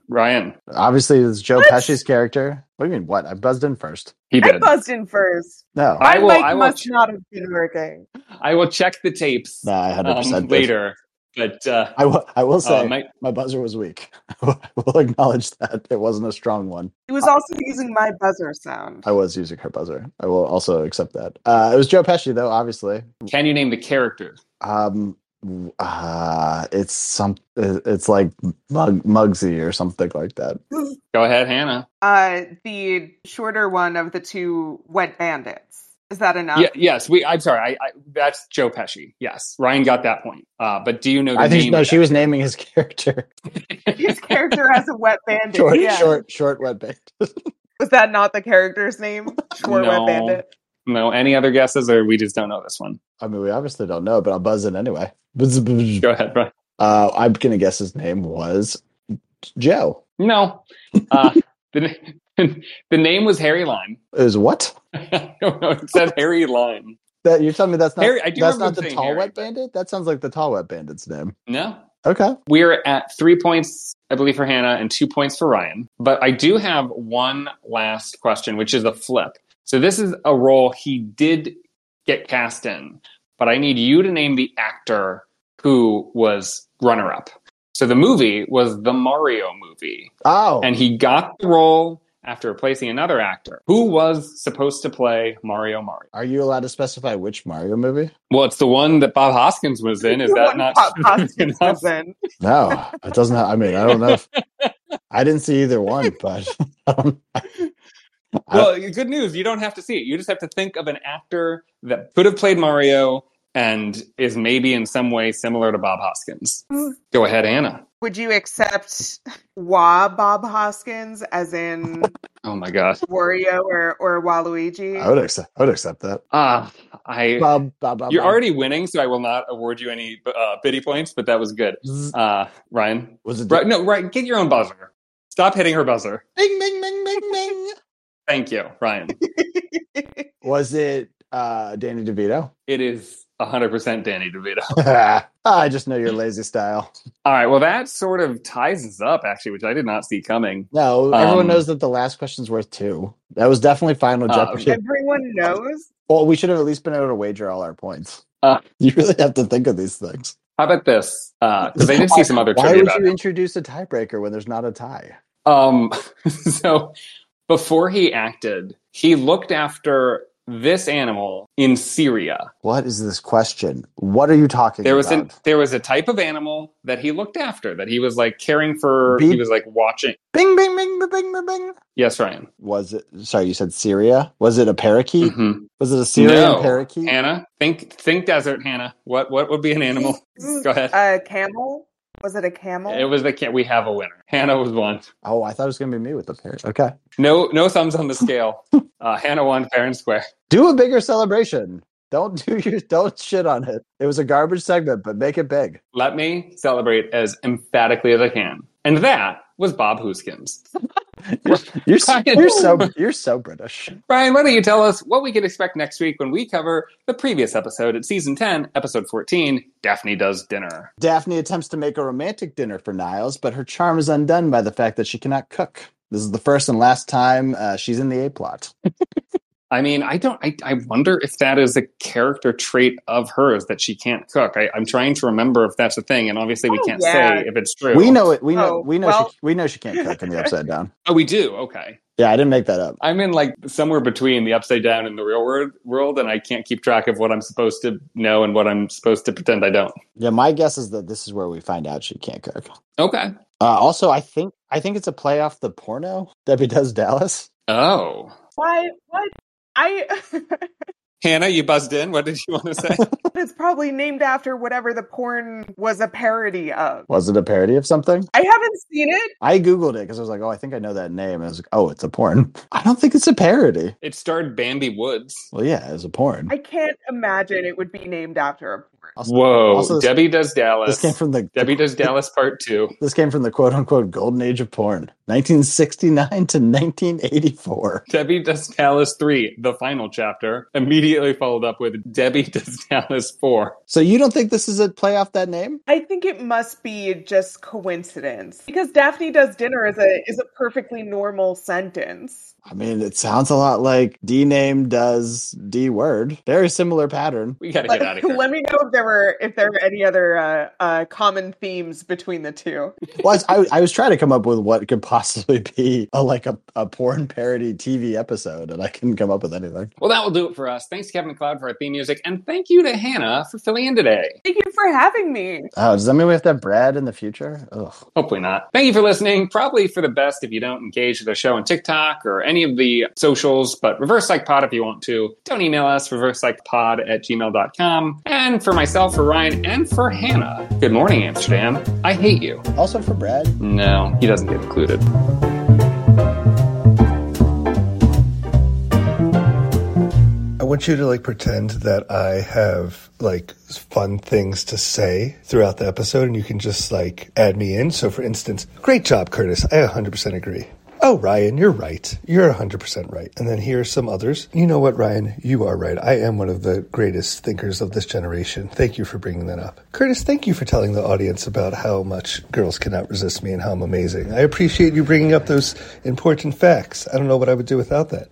B: Ryan,
A: Obviously, it's Joe
C: What?
A: Pesci's character. What do you mean? What? I buzzed in first.
B: he
C: I
B: did.
C: buzzed in first.
A: No,
B: I
C: My
B: will-
C: mic
B: I will
C: must
B: check.
C: not have been working.
B: I will check the tapes
A: no, I hundred
B: um,
A: percent did.
B: later. But uh,
A: I will. I will say
B: uh, my,
A: my buzzer was weak. [laughs] I will acknowledge that it wasn't a strong one.
C: He
B: Uh,
C: was also using my buzzer sound.
A: I was using her buzzer. I will also accept that. Uh, it was Joe Pesci, though. Obviously,
B: can you name the character?
A: um, uh, it's some. It's like Mug, Mugsy or something like that.
B: Go ahead, Hannah.
C: Uh, the shorter one of the two wet bandits. Is that enough?
B: Yeah, yes, we. I'm sorry. I, I, that's Joe Pesci. Yes, Ryan got that point. Uh, but do you know the
A: I think
B: name?
A: no,
B: of
A: she
B: that?
A: was naming his [laughs] character
C: His character has a wet [laughs] bandit.
A: short,
C: yeah.
A: short, short red band.
C: Was that not the
B: [laughs]
C: character's name? Short
B: No.
C: wet bandit.
B: no. Any other guesses, or we just don't know this one?
A: [laughs] I mean, we obviously don't know, but I'll buzz in anyway.
B: Go ahead, Ryan.
A: Uh, I'm gonna guess his name was Joe.
B: No. Uh, [laughs] the, the name was Harry Lime. [laughs]
A: It was what?
B: I don't know. It said Harry Lime.
A: That you're telling me that's not
B: Harry- I do
A: that's
B: remember
A: not the
B: saying
A: tall
B: Harry,
A: wet
B: but-
A: bandit? That sounds like the tall wet bandit's name.
B: No.
A: Okay.
B: We're at three points, I believe, for Hannah and two points for Ryan. But I do have one last question, which is a flip. So this is a role he did get cast in, but I need you to name the actor who was runner up. So the movie was the Mario movie,
A: Oh,
B: and he got the role after replacing another actor who was supposed to play Mario Mario.
A: are you allowed to specify which Mario movie?
B: Well, it's the one that Bob Hoskins was in. Is
C: The
B: that
C: one
B: not [laughs]
C: Pop Hoskins
B: enough?
C: was in.
A: No, it doesn't.
B: [laughs]
A: Have, I mean, I don't know. If, I didn't see either one, but I don't,
B: Well, good news. You don't have to see it. You just have to think of an actor that could have played Mario and is maybe in some way similar to Bob Hoskins. Go ahead, Anna.
C: Would you accept Wa Bob Hoskins as in
B: Oh my gosh.
C: Wario or, or Waluigi?
A: I would accept. I would accept that.
B: Ah, I.
A: Bob, Bob, Bob.
B: You're
A: Bob.
B: already winning, so I will not award you any uh, pity points. But that was good, uh, Ryan.
A: Was it
B: right? No, right. Get your own buzzer. Stop hitting her buzzer.
A: Bing, bing, bing, bing, bing.
B: Thank you,
A: [laughs]
B: Ryan.
A: Was it uh, Danny DeVito?
B: It is 100% Danny DeVito.
A: [laughs] I just know your lazy style.
B: All right. Well, that sort of ties us up, actually, which I did not see coming.
A: No, everyone
B: Um,
A: knows that the last question's worth two. That was definitely Final
B: Uh,
A: Jeopardy.
C: Everyone knows.
A: Well, we should have at least been able to wager all our points.
B: Uh,
A: [laughs] you really have to think of these things.
B: How about this? Because I did see some other
A: Why
B: trivia
A: would
B: about
A: you
B: it.
A: introduce a tiebreaker when there's not a tie?
B: Um, [laughs] so before he acted, he looked after this animal in Syria.
A: What is this question? What are you talking
B: There was
A: about?
B: a there was a type of animal that he looked after that he was like caring for. He
A: Beep.
B: was like watching.
A: Bing, bing, bing, bing, bing, bing, bing.
B: Yes, Ryan.
A: Was it? Sorry, you said Syria. Was it a parakeet?
B: Mhm.
A: Was it a Syrian
B: no,
A: parakeet?
B: Hannah, think think desert, Hannah. What what would be an animal? Go ahead.
C: A camel? Was it a camel?
B: It was the cat. We have a winner. Hannah was one.
A: Oh, I thought it was going to be me with the parrot. Okay,
B: No no thumbs on the scale. Uh, Hannah won fair and square.
A: do a bigger celebration. Don't do [laughs] your don't shit on it. It was a garbage segment, but make it big.
B: Let me celebrate as emphatically as I can. And that was Bob Hooskins.
A: You're
C: [laughs]
A: so,
B: Ryan.
A: you're so you're so British.
B: Brian, why don't you tell us what we can expect next week when we cover the previous episode at season 10, episode 14 Daphne Does Dinner?
A: Daphne attempts to make a romantic dinner for Niles, but her charm is undone by the fact that she cannot cook. This is the first and last time uh, she's in the A plot.
B: I mean, I don't, I, I wonder if that is a character trait of hers that she can't cook. I, I'm trying to remember if that's a thing, and obviously we
C: Oh,
B: can't
C: yeah.
B: say if it's true.
A: We know it. We know.
C: Oh,
A: we know.
C: well-
A: she, we know she can't cook
C: [laughs]
A: in the Upside Down.
B: Oh, we do? Okay.
A: Yeah, I didn't make that up.
B: I'm in like somewhere between the upside down and the real world, world, and I can't keep track of what I'm supposed to know and what I'm supposed to pretend I don't.
A: Yeah, my guess is that this is where we find out she can't cook.
B: Okay.
A: Uh, also, I think I think it's a play off the porno [laughs] Debbie Does Dallas.
B: Oh.
C: Why? What? I. [laughs]
B: Hannah, you buzzed in. What did you want
A: [laughs]
B: to say?
C: it's probably named after whatever the porn was a parody of.
A: Was it a parody of something?
C: I haven't seen it.
A: I googled it because I was like, oh, I think I know that name. And I was like, oh, it's a porn. [laughs] I don't think it's a parody.
B: it starred Bambi Woods.
A: Well, yeah, it's a porn.
C: I can't imagine it would be named after a porn.
A: Also-
B: Whoa.
A: also this-
B: Debbie Does Dallas.
A: This came from the
B: Debbie
A: [laughs]
B: Does Dallas Part 2.
A: This came from the quote unquote golden age of porn, 1969 to 1984.
B: Debbie Does Dallas 3, the final chapter, immediately followed up with Debbie [laughs] Does Dallas 4.
A: So you don't think this is a play off that name?
C: I think it must be just coincidence because Daphne does dinner is a is a perfectly normal sentence.
A: I mean, it sounds a lot like D name does D word. Very similar pattern.
B: We got to
C: Let,
B: get out of here.
C: let me know if there were if there were any other uh, uh, common themes between the two.
A: Well, I, I was trying to come up with what could possibly [laughs] be a, like a, a porn parody TV episode, and I couldn't come up with anything.
B: Well, that will do it for us. Thanks to Kevin McLeod for our theme music, and thank you to Hannah for filling in today.
C: Thank you for having me.
A: Oh, does that mean we have to have Brad in the future? Ugh.
B: Hopefully not. Thank you for listening. Probably for the best if you don't engage with the show on TikTok or any of the socials, but reverse psych pod if you want to. Don't email us, reverse pod at gmail.com. And for myself, for Ryan, and for Hannah, good morning, Amsterdam. I hate you.
A: Also for Brad.
B: No, he doesn't get included.
I: I want you to like pretend that I have like fun things to say throughout the episode and you can just like add me in. So for instance, great job, Curtis. I 100% agree. Oh, Ryan, you're right. You're 100% right. And then here are some others. You know what, Ryan? You are right. I am one of the greatest thinkers of this generation. Thank you for bringing that up. Curtis, thank you for telling the audience about how much girls cannot resist me and how I'm amazing. I appreciate you bringing up those important facts. I don't know what I would do without that.